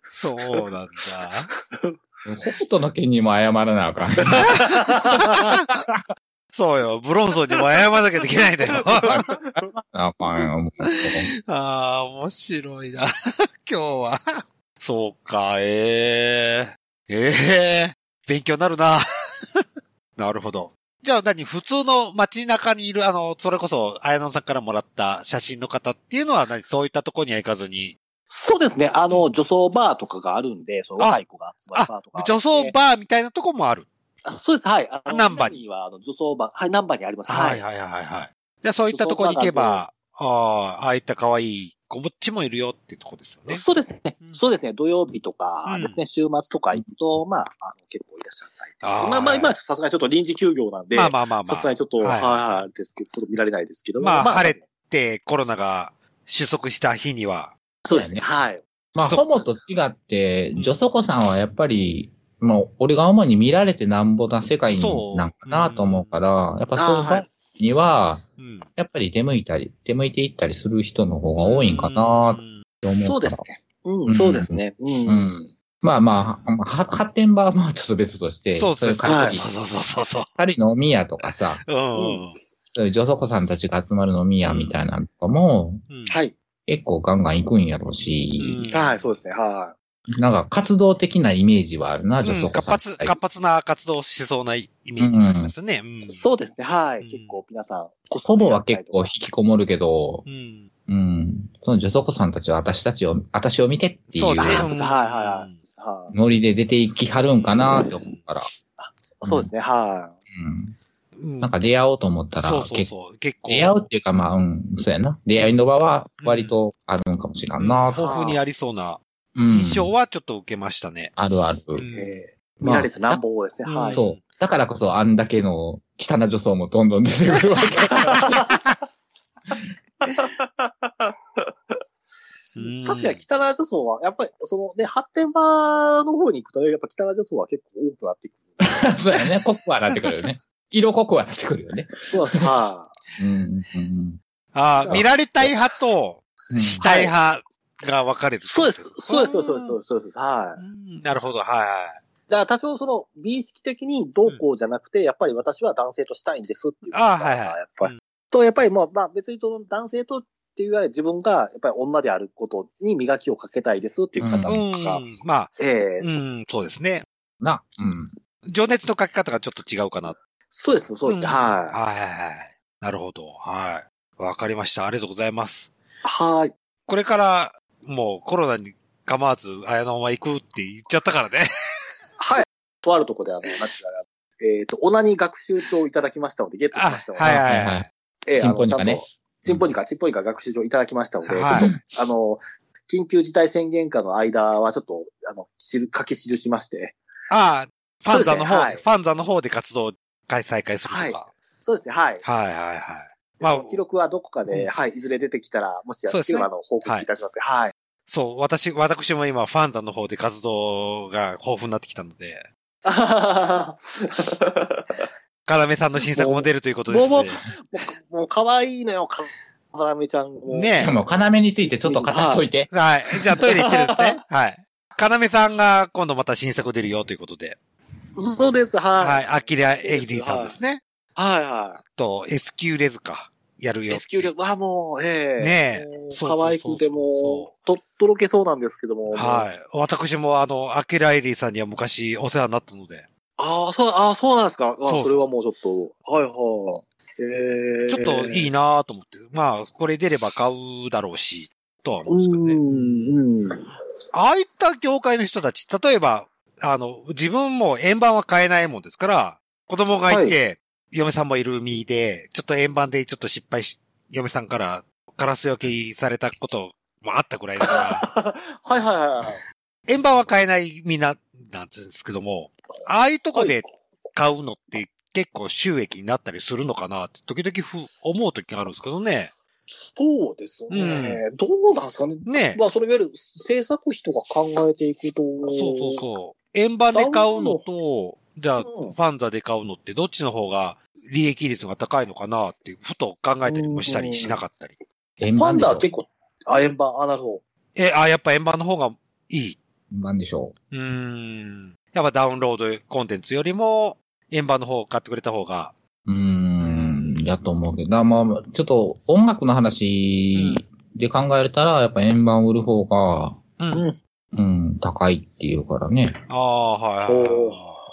そうなんだ。
北斗の剣にも謝らなあかん。
そうよ。ブロンソンにも謝らなきゃいけないんだよ。
あかんよもう
ああ、面白いな。
<laughs>
今日は。そうか、ええええ勉強になるな。 <laughs> なるほど。じゃあ何普通の街中にいる、あの、それこそ、綾野さんからもらった写真の方っていうのは何そういったとこには行かずに。
そうですね。あの、女装バーとかがあるんで、その若い子が集まるバーとかあるんで。
女装バーみたいなとこもある。
あそうです、はい。あの
ナンバに
南は、あの、女装バー、はい、ナンバにあります。はい。
はいはいはい。じゃあそういったとこに行けば、ああ、ああいった可愛い子持ちもいるよっていうとこですよね。
そうですね
う。ん
そうですね。土曜日とかですね、週末とか行くと、まあ、あの結構いらっしゃったりとか。まあまあ、今、さすがにちょっと臨時休業なんで、
まあまあまあま
さすが
あ。
にちょっと、
はい
はい、はい、ですけど、ちょっと見られないですけども。
まあ晴れで、コロナが収束した日には、
そうです
そう
ね。
だ
はい。
まあ、
そう
ホモと違って、女祖子さんはやっぱり、もう、俺が主に見られてなんぼな世界なんかなと思うから、やっぱそういう
あーは
場
い
には、
うん。
やっぱり出向いたり、出向いていったりする人の方が多いんかなって
うん
思うから。
そうですね。
う
うんん、そうですね。う。
うんん。まあまあ、は発展場はまあちょっと別として、
そうですね。
軽い
そう
感
そ
じ
うそうそうそう。
軽い飲み屋とかさ、
うん。
そういう女祖子さんたちが集まる飲み屋みたいなのとかも、
うん
はい。
結構ガンガン行くんやろうし、
うん
はい、そうですね。は
なんか活動的なイメージはあるな、女
うん
祖子
活
さん。
発、活発な活動をしそうなイメージがありますね。うん
い。そうですね。は
うん
い。結構皆さん、こ
祖母は結構引きこもるけど、
うん。
うん。その女祖子さんたちは私たちを、私を見てってい
そう
う
だ
はい
ね
そうですはい、はい、はい。
ノリで出ていきはるんかなって思うから、
そうですね。は
うん。なんか出会おうと思ったら、
そうそう
結構
そう。結構。
出会うっていうかまあ、うん、そうやな。出会いの場は割とあるんかもしらんな、
豊富にありそうな
うん。
印象はちょっと受けましたね。
あるある。
うん
い。えー
ま
見
あ
られてなんぼですね。
うん
はい。
そう。だからこそあんだけの汚な女装もどんどん出てくる
う
わけ。
ん
確かに北川女装は、やっぱり、そのね、発展場の方に行くと、やっぱ北川女装は結構多くなってくる。
<laughs> そうやね。濃くはなってくるよね。色濃くはなってくるよね。
そうなんですよ。は
うんうんうん
ああ、見られたい派と、
うん。
したい派が分かれる、
い。そうです。そうです。そうです。そうです。そうです。は
う
い。
ん。なるほど、はいはい。
だから多少その、美意識的にどうこうじゃなくて、やっぱり私は男性としたいんですっていう。
ああはいはい
やっぱり。
うん
と、やっぱりまあ、まあ別にその男性とっていうより自分がやっぱり女であることに磨きをかけたいですっていう方とか、
うん。まあ、
ええ
うん、そうですね。
な、うん。
情熱のかけ方がちょっと違うかな。
そうです。そうです。
うん
は
はいはいはい。なるほど。はい。わかりました。ありがとうございます。
い。はい。
これから、もうコロナに構わず、綾野は行くって言っちゃったからね。
<laughs> はい。とあるとこで、あの、なんちゅうかなえっ、と、オナニ学習帳をいただきましたので、ゲットし
あ、
ましたので、
はいはいはい。
い。
ええ
チンポニ
あ
カ
の、
ね
ちゃんと、チンポニカ、チンポニカ学習帳いただきましたので、
はい
ちょっと、あの、緊急事態宣言下の間は、ちょっと、あの、記し書き記しまして、
ああ、ファンザの方、
そうですねはい
ファンザの方で活動を開再開するとか。
そうですね、はい。
はい、はい、はいはいまあ、
記録はどこかで、
うん
はい、いずれ出てきたら、もしや
そう
っ
です
て
ね
あの、報告いたします。はい。 <laughs>
そう、私、私も今、ファンザの方で活動が豊富になってきたので、
あははは
カラメさんの新作も出るということです
もう
ね。
もう、可愛いのよ、か、かなめちゃん。もう
ねえ
しかも、要についてちょっと語っといて。
はい。じゃあトイレ行ってるんですね。はい。カナメさんが今度また新作出るよということで。
そうです、はい。
はい。アキラエイリーさんですね。
はい、は
と、S q レズか。やる
い。
よ。
S 級力はもう、ええ
ねえ
もう
そうそうそうそう
可愛くてもう、とっとろけそうなんですけども。
はい。私もあの、アキラエイリーさんには昔お世話になったので、
ああ、そう、ああ、そうなんですか。あ
そうそう
それはもうちょっと、はいはい。ええ
ちょっといい
い。
なぁと思って。まあ、これ出れば買うだろうし、とは思
う
うんで
ん
すけど、ね。
うん。はい
ああいった業界の人たち、例えば、あの、自分も円盤は買えないもんですから、子供がいて、嫁さんもいる身で、ちょっと円盤でちょっと失敗し、嫁さんからガラスよけされたこともあったくらいだから、 <laughs>
はいはい。
円盤は買えないみんななんですけども、ああいうとこで買うのって結構収益になったりするのかなって、時々ふ思う時があるんですけどね。
そうですね。どうなんですかね。
ね
まあ、それいわゆる制作費とか考えていくと。
そうそうそう。円盤で買うのと、じゃあ、
うん
ファンザで買うのってどっちの方が利益率が高いのかなって、ふと考えたりもしたりしなかったり。
円
ファ
盤
ン
で
ザは
しょ
結構、あ、円盤、あ、なるほ
え、あ、やっぱ円盤の方がいい。
円盤でしょ
うーん。やっぱダウンロードコンテンツよりも、円盤の方を買ってくれた方が。
う。うーん、やと思うけど、だまあ、ちょっと音楽の話で考えたら、やっぱ円盤売る方が、
うん。
うん
うん、高いっていうからね。
ああ、はいはいはいは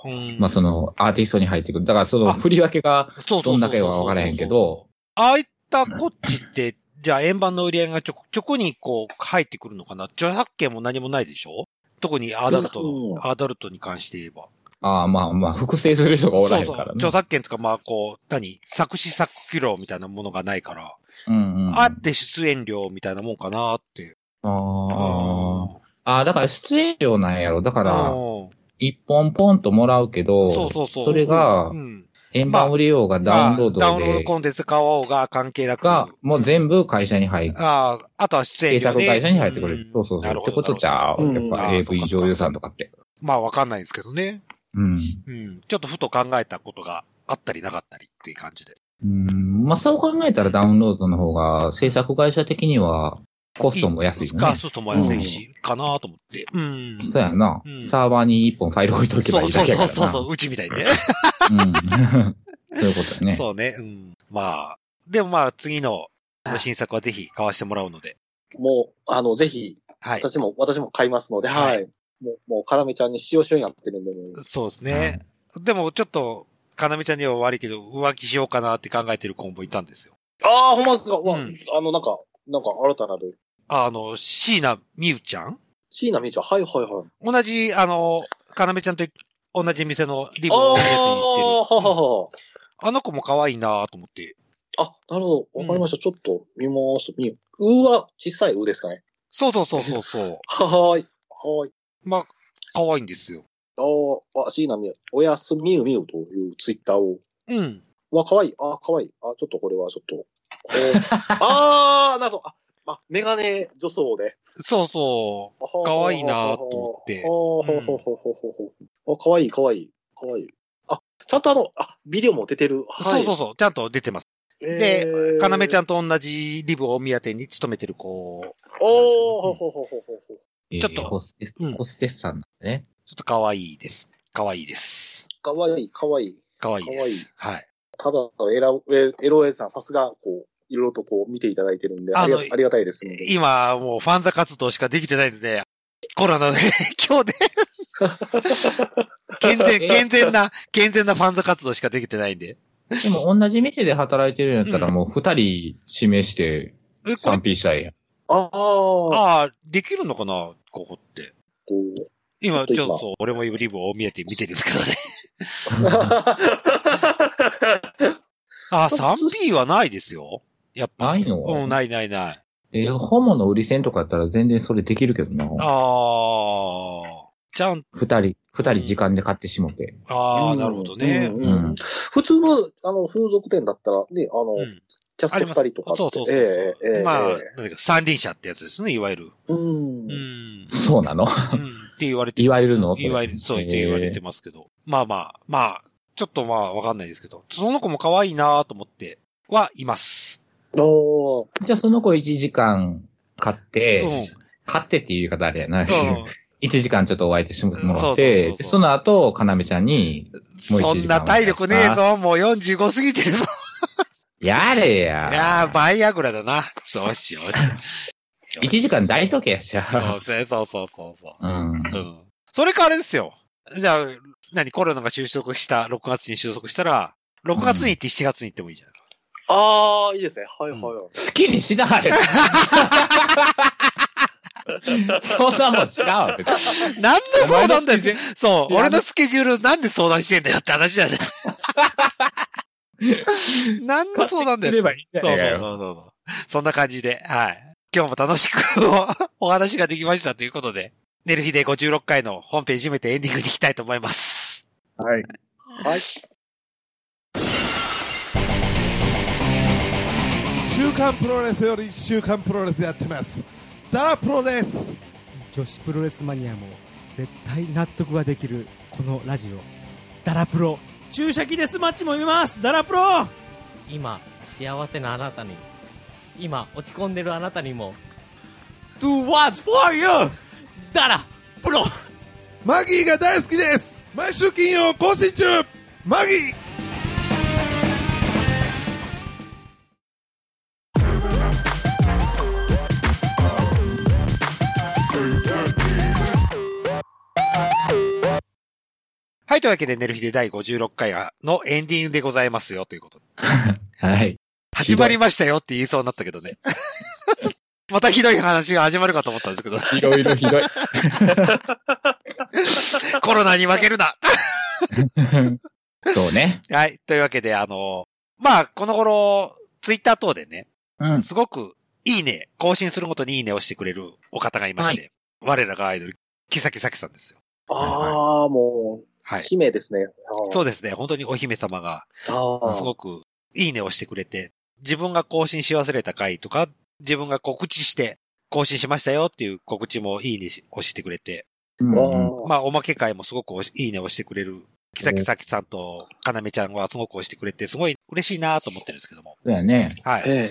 い。うん
まあ、その、アーティストに入ってくる。だから、その、振り分けが、
そうそうそうそう
どんだけは分からへんけ。ど、
ああいったこっちって、 <laughs> じゃあ円盤の売り上げがちょこちょこにこう入ってくるのかな著作権も何もないでしょ特にアダルト
う
の、
ん
アダルトに関して言えば。
ああ、まあまあ、複製する人がおらへん
そう
か
そう
らね。
著作権とかまあこう、何作詞作記録みたいなものがないから、
うんうん、
あって出演料みたいなもんかなって。
あーあー、だから出演料なんやろ。だから、
うん
一本ポンともらうけど、
そうそうそう。
れが
う、ん
円盤売りようがダウンロード
ま
で、
あダウンロードコンテンツ買おうが関係なく。
が、もう全部会社に入る。
ああ、あとは出演
制
料
作
で。
会社に入ってくれ
ん
る。そうそうそ
な
う。
る
っ
ほ
て
ど
ことじゃう
なる
やっ
ほど
ぱ
うんあー
AV
そうか
女優さんとかって。
まあわかんないですけどね。
うん。
うん。ちょっとふと考えたことがあったりなかったりっていう感じで。
うん。まあ、そう考えたらダウンロードの方が、制作会社的には、コストも安いよ
ガ
ね。
ストも安いし、かなと思って。うん。
そうやな
う。ん
サーバーに一本ファイル置いとけば
そ
いういだけやか
そう
らな。
そうそう、うちみたいにね。
うん。 <laughs> そういうことだね。
そうね。うん。まあ、でもまあ次の新作はぜひ買わせてもらうので。
ど。もう、あの、ぜひ、
はい。
私も、私も買いますので、は。
はい
もう、もう、からめちゃんに塩塩になってるんで、もう
そうですね。でもちょっと、かなみちゃんには悪いけど、浮気しようかなって考えてる子もいたんですよ。
ああ、ほんまですか。うわ、
うん
あの、なんか、なんか、新たなる。
あの、椎名美宇ちゃん
椎名みーちゃん、はいはいはい。
同じ、あの、かなみちゃんと同じ店のリ
あ
ブ
あ、
を
は
やっていってる。
はは。
あの子も可愛いなと思って。
あ、なるほど。わかりました。ちょっと見ます。見よう。うは小さいうですかね。
そうそうそうそうそ
ははーい。はーい。
う。可愛いんですよ。
あーあ、椎名みゆ、おやすみゆみゆというツイッターを。
うん。 <laughs>
うわ、かわいい。あー、かわいい。あー、ちょっとこれはちょっと。えーああ、なるほど。あ、あ、メガネ女装で。
そうそう。可愛いなと思って
あーほうほうほうほうほうほうあ、可愛い可愛い可愛いあ、ちゃんとあの、あ、ビデオも出てる。はい。
そうそうそう。ちゃんと出てます。で、かなめちゃんと同じリブを目当てに勤めてる子、
ゃん。おー、ほうほうほうほうほうほう。
えー
ちょっと
ホステス、
うん
ホステスさんなんですね。
ちょっと可愛いです。可愛いです。
かわいい、かわいい。
可愛いです。はい。
ただのエラ、エエロエさん、さすが、こう、いろいろとこう、見ていただいてるんで、あ
あ
り
の
がありがたいですね。
今、もうファンザ活動しかできてないので、コロナで、今日で、健全、健全な、健全なファンザ活動しかできてないんで。
でも同じ店で働いてるんやったらもう二人指名して
え、これ
賛、否したいやん。
ああ、
ああ、できるのかなここって。今、ち
ちょっと今
ょっと、俺もリブを見えて見てるんですけどね。
<laughs>
ああ、3P はないですよ。やっぱ。
ないの
うん、ないないない。
えー、ホモの売り線とかやったら全然それできるけどな。
ああ、ちゃん、
二人、二人時間で買ってしもて。
ああ、なるほどね
う。ん
う
うん
ん。
普通の、あの、風俗店だったら、ね、あの、
うん
キャスト二人とかって。
そうそうそうそう。
ええええ
まあ、
え
なんか三輪車ってやつですね、いわゆる。
えうん
う。ん。
そうなの
うん。って言われて。
<laughs> 言われるのそれ
言われる、そう、って言われてますけど。まあまあ、まあ、ちょっとまあ、わかんないですけど。その子も可愛いなと思って、はいます。
おー
じゃあその子一時間買っ
う
て
ん、
買ってっていう言い方あれやな。
うん。
<laughs> 一時間ちょっとお相手してもらっ
そうそうそうそ
て
う、
でその後、かなめちゃんに、もう一時
そ
間
んな体力ねえぞ、もう45過ぎてるぞ。
やれ
いや
や
ー、バイアグラだな。そうしよう。
<laughs> 一時間大時計やしゃ。
そうですね、そうそうそうそう。
<laughs> う
う
ん。
ん。それかあれですよ。じゃあ、何、コロナが収束した、6月に収束したら、6月に行って7月に行ってもいいじゃないですか。
ああ、いいですね。はいはいはい。
好きにしなはれ。 <laughs> そんなもん知らんわ、別に。
なんで相談だ
お前の
よ。 <laughs> そう、
いや
俺のスケジュールなんで相談してんだよって話じ
<laughs>
ゃない。なんで相談だよ。
勝手にすればいいんじ
そ
ゃな
う
い
そう
かよ
そうそう。そんな感じで、はい。今日も楽しくおお話ができましたということで、寝る日で56回の本編締めてエンディングに行きたいと思います。
はい。
はい。
週刊プロレスより週刊プロレスやってますダラプロです
女子プロレスマニアも絶対納得ができるこのラジオダラプロ注射器デスマッチも見ますダラプロ
今幸せなあなたに今落ち込んでるあなたにも
Do what's for you
ダラプロ
マギーが大好きです毎週金曜更新中マギー
はい、というわけで、寝る日で第56回のエンディングでございますよ、ということで。
はい。
始まりましたよって言いそうになったけど
<laughs>
ね。またひどい話が始まるかと思ったんですけど、
いろいろ
<laughs>
ひどい。
コロナに負けるな
そうね。
はい、というわけで、あの、まあ、この頃、ツイッター等でね、
うん。
すごく、いいね、更新するごとにいいねをしてくれるお方がいまして、我らがアイドル、キサキサキさんですよ。
ああ、もう、
はい。
姫ですね。
そうですね、本当にお姫様が、
あ
す
ー
ごくいいねをしてくれて、自分が更新し忘れた回とか、自分が告知して、更新しましたよっていう告知もいいねしをしてくれて、
うんうん
あー。
まあ、おまけ会もすごくおしいいねをしてくれる、キサキサキさんとかなめちゃんはすごく押してくれて、すごい嬉しいなと思ってるんですけども。
そうやね。
はい。
ええ。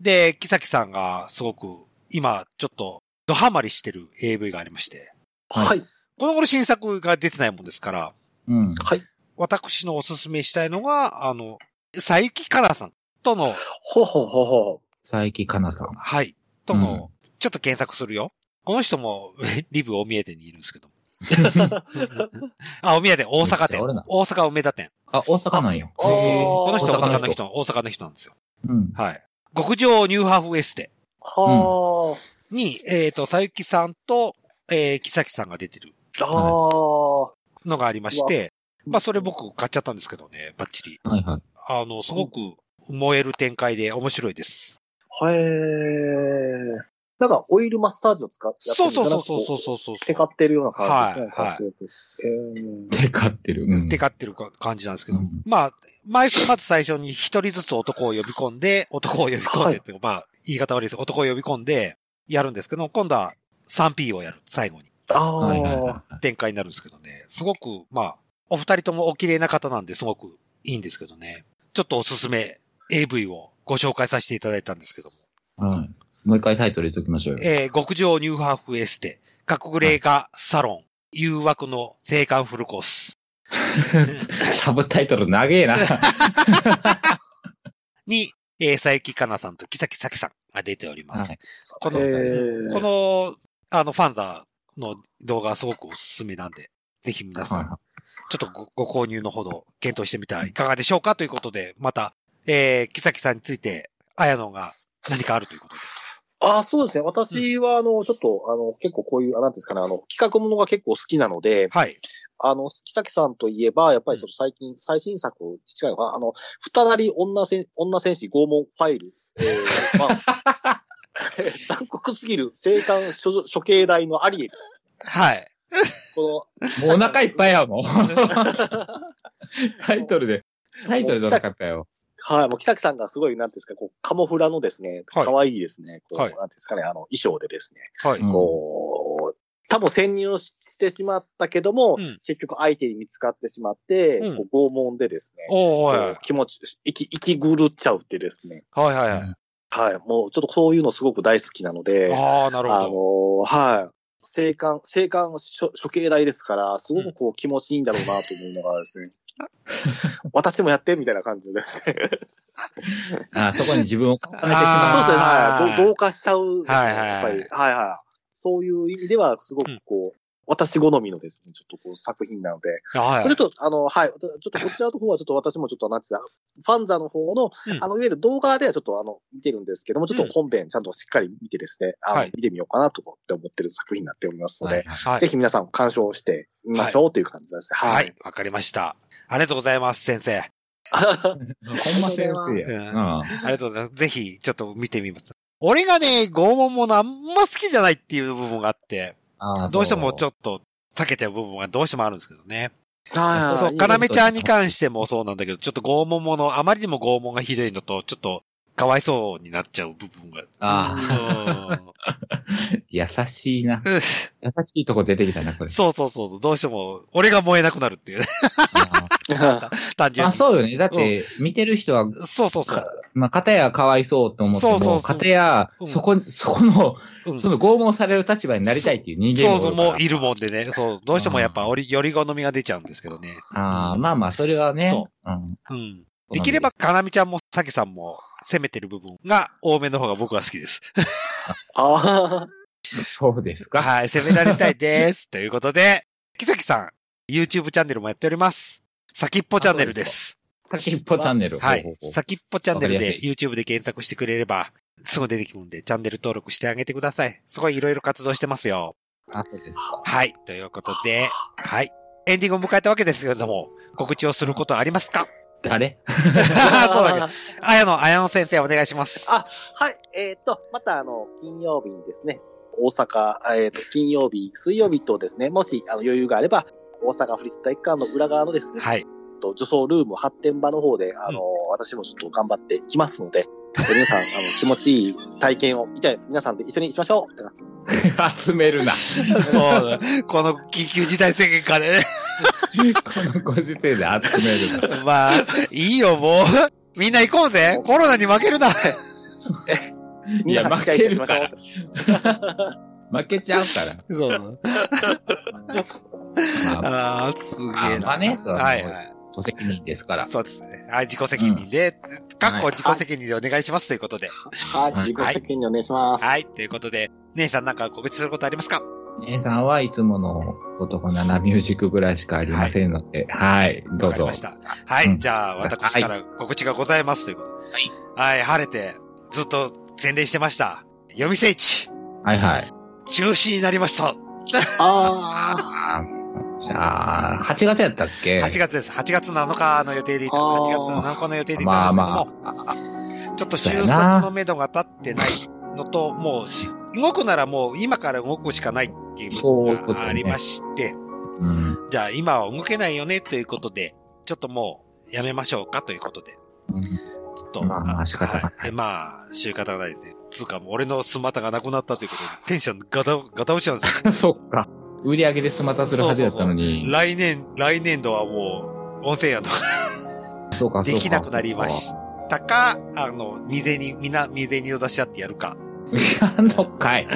で、キサキさんがすごく、今、ちょっと、ドハマりしてる AV がありまして、
はい。
この頃新作が出てないもんですから、
うん。
私のおすすめしたいのが、あの、さゆきかなさんとの、
ほうほうほうほ
佐伯かなさん。
はい。との、ちょっと検索するよ。この人も、 <laughs> リブお宮店にいるん <laughs> ですけど。あ、お宮店、大阪店
めっちゃ俺な。
大阪梅田店。
あ、大阪なんよ。
あー
この人は
大阪
大
の
阪の人、大阪の人なんですよ。
うん。
はい。極上ニューハーフエステ
う。は
に、えっ、と、さゆきさんと、えー、きさきさんが出てる
あ。ああ。
のがありまして、
うわ
まあ、それ僕買っちゃったんですけどね、バッチリ。
はいはい。
あの、すごく燃える展開で面白いです。
へえ。なんか、オイルマッサージを使ってやって
そ
る
うん
じゃ
そうそ
なく
うそうそうそう。
テカってるような感じですね。
はいはい
すごくえー
手飼ってる。うん。
テカってるか感じなんですけど。
うん
まあ、まずまず最初に一人ずつ男を呼び込んで、男を呼び込んでっていう、まあ、言い方悪いですけど男を呼び込んで、やるんですけど、今度は 3P をやる、最後に。
ああ、
はいはいは
展開になるんですけどね。すごく、まあ、お二人ともお綺麗な方なんですごくいいんですけどね。ちょっとおすすめ AV をご紹介させていただいたんですけども。
い。はい。もう一回タイトル言っときましょうよ。
えー極上ニューハーフエステ、格グレー化サロン、誘惑の生還フルコース
サブタイトル長 <laughs> えな。
に、えー、さゆきかなさんと木崎さきさんが出ております。
はい
この
えー
この、あの、ファンザーの動画はすごくおすすめなんで、ぜひ皆さん、
は
ちょっとごご購入のほど検討してみてはいかがでしょうかということで、また、えー、木崎さんについて、あやのが何かあるということで。
ああ、そうですね。私は、あの、ちょっと、あの、結構こういう、あなんていうんですかね、あの、企画ものが結構好きなので、
はい。
あの、木崎さんといえば、やっぱりちょっと最近、最新作、違うのかなあの、二人女戦、女戦士拷問ファイル。え
<laughs>
ー、まあ、 <laughs> 残酷すぎる生還処処刑台のアリエル。
はい。
こ
いもうお腹いっぱいや <laughs> もう。タイトルで。タイトルじゃなかったよ。
の、はい、もう木崎さんがすごい、なんていうんですか、こう、カモフラのですね、
はい
可愛いですね、こう、
はい
なんていうんですかね、あの、衣装でですね、
はい。
うん
こう、多分潜入をししてしまったけども、
うん
結局相手に見つかってしまって、
うん
こう拷問でですね、
おー、
こう気持ち、息、息狂っちゃうってですね。
はい。はいはいはい。
はい。もうちょっとそういうのすごく大好きなので、
ああ、なる
あの
ほ
ーはい。生還、生還処処刑台ですから、すごくこう気持ちいいんだろうなと思うのがです
<laughs>
ね。私もやってみたいな感じですね。
あ、そこに自分を重ねてしまう。
<laughs> そうですね。
あー
はい。ど同化しちゃうですね、
はいはい
やっぱり。はいはい。そういう意味では、すごくこう、私好みのですね、ちょっとこう作品なので、
ど。はい
これ。ちょっと、あの、はい、ちょっとこちらの方はちょっと私もちょっと、なんつうのファンザの方の、
うん
あの、いわゆる動画ではちょっとあの、見てるんですけども、ちょっ
うん
と本編ちゃんとしっかり見てですね、あの、
はい
見てみようかなと思って思ってる作品になっておりますので、
はいはい
はい
ぜ。ひ皆さん鑑賞してみましょうという感じですね。は。
はいい。わかりました。ありがとうございます、先生。
ほんま先生や。うん。
ありがとうございます。ぜひ、ちょっと見てみます。俺がね、拷問ものあんま好きじゃないっていう部分があって、
あー
どうしてもちょ
っ
っと避けちゃう部分がどうしてもあるんですけどね。
はい。
そ、
いうい
かなめちゃんに関してもそうなんだけど、ちょっと拷問もの、あまりにも拷問がひどいのと、ちょっと、かわいそうになっちゃう部分が。
あ
う
と。優しいな。
ん
優しいとこ出てきたな、 <laughs> これ。
そうそうそう、どうしても、俺が燃えなくなるっていうね、
<laughs>
<laughs> 単純
あ
に。
そうよね。だって、見てる人は、
そうそうそう。
まあ、片やかわいそうと思って
そうそうそう
も、片や
う、ん
そこ、そこの、
うん
その拷問される立場になりたいっていう人間も
そうそ
お
う、
るから
もういるもんでね。そう、どうしてもやっぱ、俺、より好みが出ちゃうんですけどね。
ああ、まあまあ、それはね。
そ
うん。
うん。できれば、かなみちゃんも、さきさんも、攻めてる部分が多めの方が僕は好き
<laughs>
です。
あ
そうですか。
はい、攻められたいです。 <laughs> ということで、木崎さん、YouTube チャンネルもやっております。先っぽチャンネルです。
先っぽチャンネル。
はい
ほうほうほ。う
先っぽチャンネル
わかり
で
や
YouTube で検索してくれれば、すぐ出てくるんで、チャンネル登録してあげてください。すごいいろいろ活動してますよ。
あ、そうですか。
はい、ということで、はい。エンディングを迎えたわけですけれども、告知をすることはありますか <laughs>
誰 <laughs>
そうだけど
あ。。
あやの、あやの先生お願いします。
あ <laughs> はい。えっ、と、またあの、金曜日にですね、大阪、えっ、と、金曜日、水曜日とですね、もしあの余裕があれば、大阪府立体育館の裏側のですね、
はい。
えっと女装ルーム発展場の方で、あの、私もちょっと頑張っていきますので、皆さん、あの、気持ちいい体験を、じゃあ皆さんで一緒にしましょうってな
集めるな。こ
そうだ。 <laughs> この緊急事態宣言下でね。 <laughs>
のご時世で集めるな。
まあ、いいよ、もう。みんな行こうぜ。コロナに負けるな。
いや、
皆さん
負
イチャ
け
イチャし
る
ま
か
しょう
ら
って。。
負けちゃうから。
<laughs> そう。
ま
あ
あ、
あ、すげえ
あ
な。
まあねそう
はいはい。
無責任ですから。
そうですね。はい、自己責任で、かっこ自己責任でお願いしますということで。
はい、自己責任でお願いします。
はい、ということで、姉さんなんか告知することありますか
姉さんはいつもの男7ミュージックぐらいしかありませんので、はい、ど
わか
う
り
ぞ
ま。した。は
う
い、
ん
じゃあ私から告知がございますということで。
はい。
はい、晴れて、ずっと宣伝してました。読み聖地、
はいはい。
中止になりました。
あー
あーじゃあ、8月やったっけ
8月です。8月7日の予定でいた、
あー
8月7日の予定でい
ま
た
あ
んですけども、
まあ、
ちょっと
そう
収
やな
束の目処が立ってないのと、もうし動くならもう今から動くしかないっていう
そうい
の
うことだよ
が
ね
ありまして、
うん。
じゃあ今は動けないよねということで、ちょっともうやめましょうかということで、
うん
ちょっと。
まあまあ仕方がない
はいでまあ、仕方がないですね。つうか、もう俺のスマタがなくなったということで、テンションガタ、ガタ落ちなんですよ。
<laughs> そっか。売り上げでスマタするはずだったのに。
来年、来年度はもう、温泉宿が
そうか、そう
で
か。
きなくなりましたか、あの、未銭、みんな未銭を出し合ってやる
<laughs>
か、
やん
<laughs>
のかい。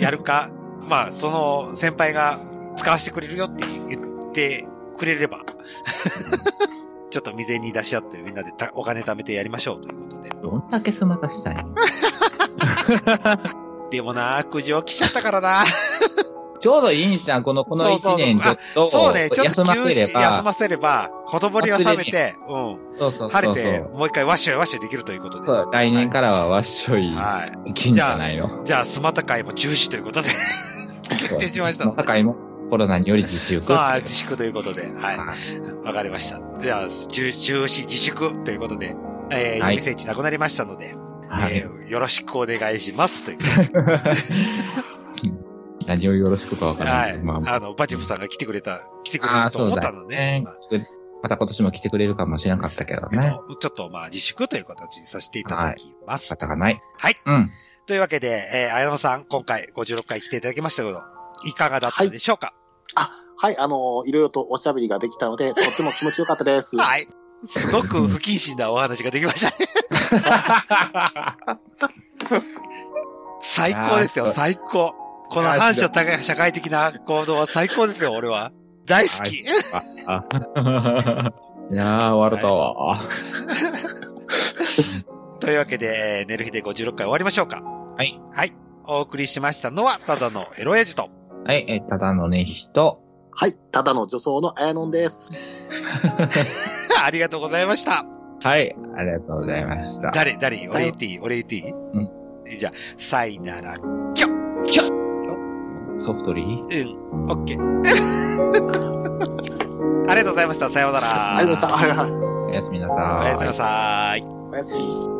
やるか、まあ、その先輩が使わせてくれるよって言ってくれれ
<laughs>
ば、ちょっと未銭に出し合ってみんなでたお金貯めてやりましょうということで。
どんだけスマタしたいの
でもな、苦情来ちゃったからな。
ちょうどいいんちゃん、この、この一年ちょっと、
そうね、ちょっと
休ま
休
せれ
止、休
ば、
ませれば、ほとぼりが冷めて、うん、
そうそうそうそう。
晴れて、もう一回ワッショイワッショイできるということで。
そ
は
う、来年からはわっしょい、
い。
できんじゃないの。
じゃあ、スマタ会も中止ということで、 <laughs> 決定しましたので。
高いもコロナにより自粛。
さあ、自粛ということで、は。
はい
わかりました。じゃあ、中中止、自粛ということで、えー、
はい
指センチなくなりましたので、
は
え
い。
ーよろしくお願いします。という。
<laughs> 何をよろしくかわから
は
ないい。。まあ、
あの、バチブさんが来てくれた、来てくれ
あ
る
あ、
と
そ
思
う
った
だ
のね
ね。。また今年も来てくれるかもしれなかったけど
です
ね。
けどちょっとまあ、自粛という形にさせていただきます。
方がない。
はい。
うん。
というわけで、えー、綾野さん、今回56回来ていただきましたけど、いかがだったでしょうか
あ、はい、あのーいろいろとおしゃべりができたので、とっても気持ちよかったです。
はい。すごく不謹慎なお話ができましたね。
<laughs>
最高です
あ
よ、
ー
最高。この反射高い社会的な行動は最高ですよ、俺は。大好き。
いやー、終わるとわ。
<laughs> というわけで、えー寝る日で56回終わりましょうか。
はい。
はい。お送りしましたのは、ただのエロエジと。 <laughs>
はい、え、ただのね、人。
はい、ただの女装のあやのんです。
ありがとうございました。
はい、ありがとうございました。
誰、誰俺言っていい俺言っていいじゃあ、さいなら、う
ソフトリー
ん、オッケ
<laughs>
ー。 <laughs> ありがとうございました。さようなら。
ありがとうございました。はいはい
おやすみな
お
さ
やすみなさい。
おやすみ。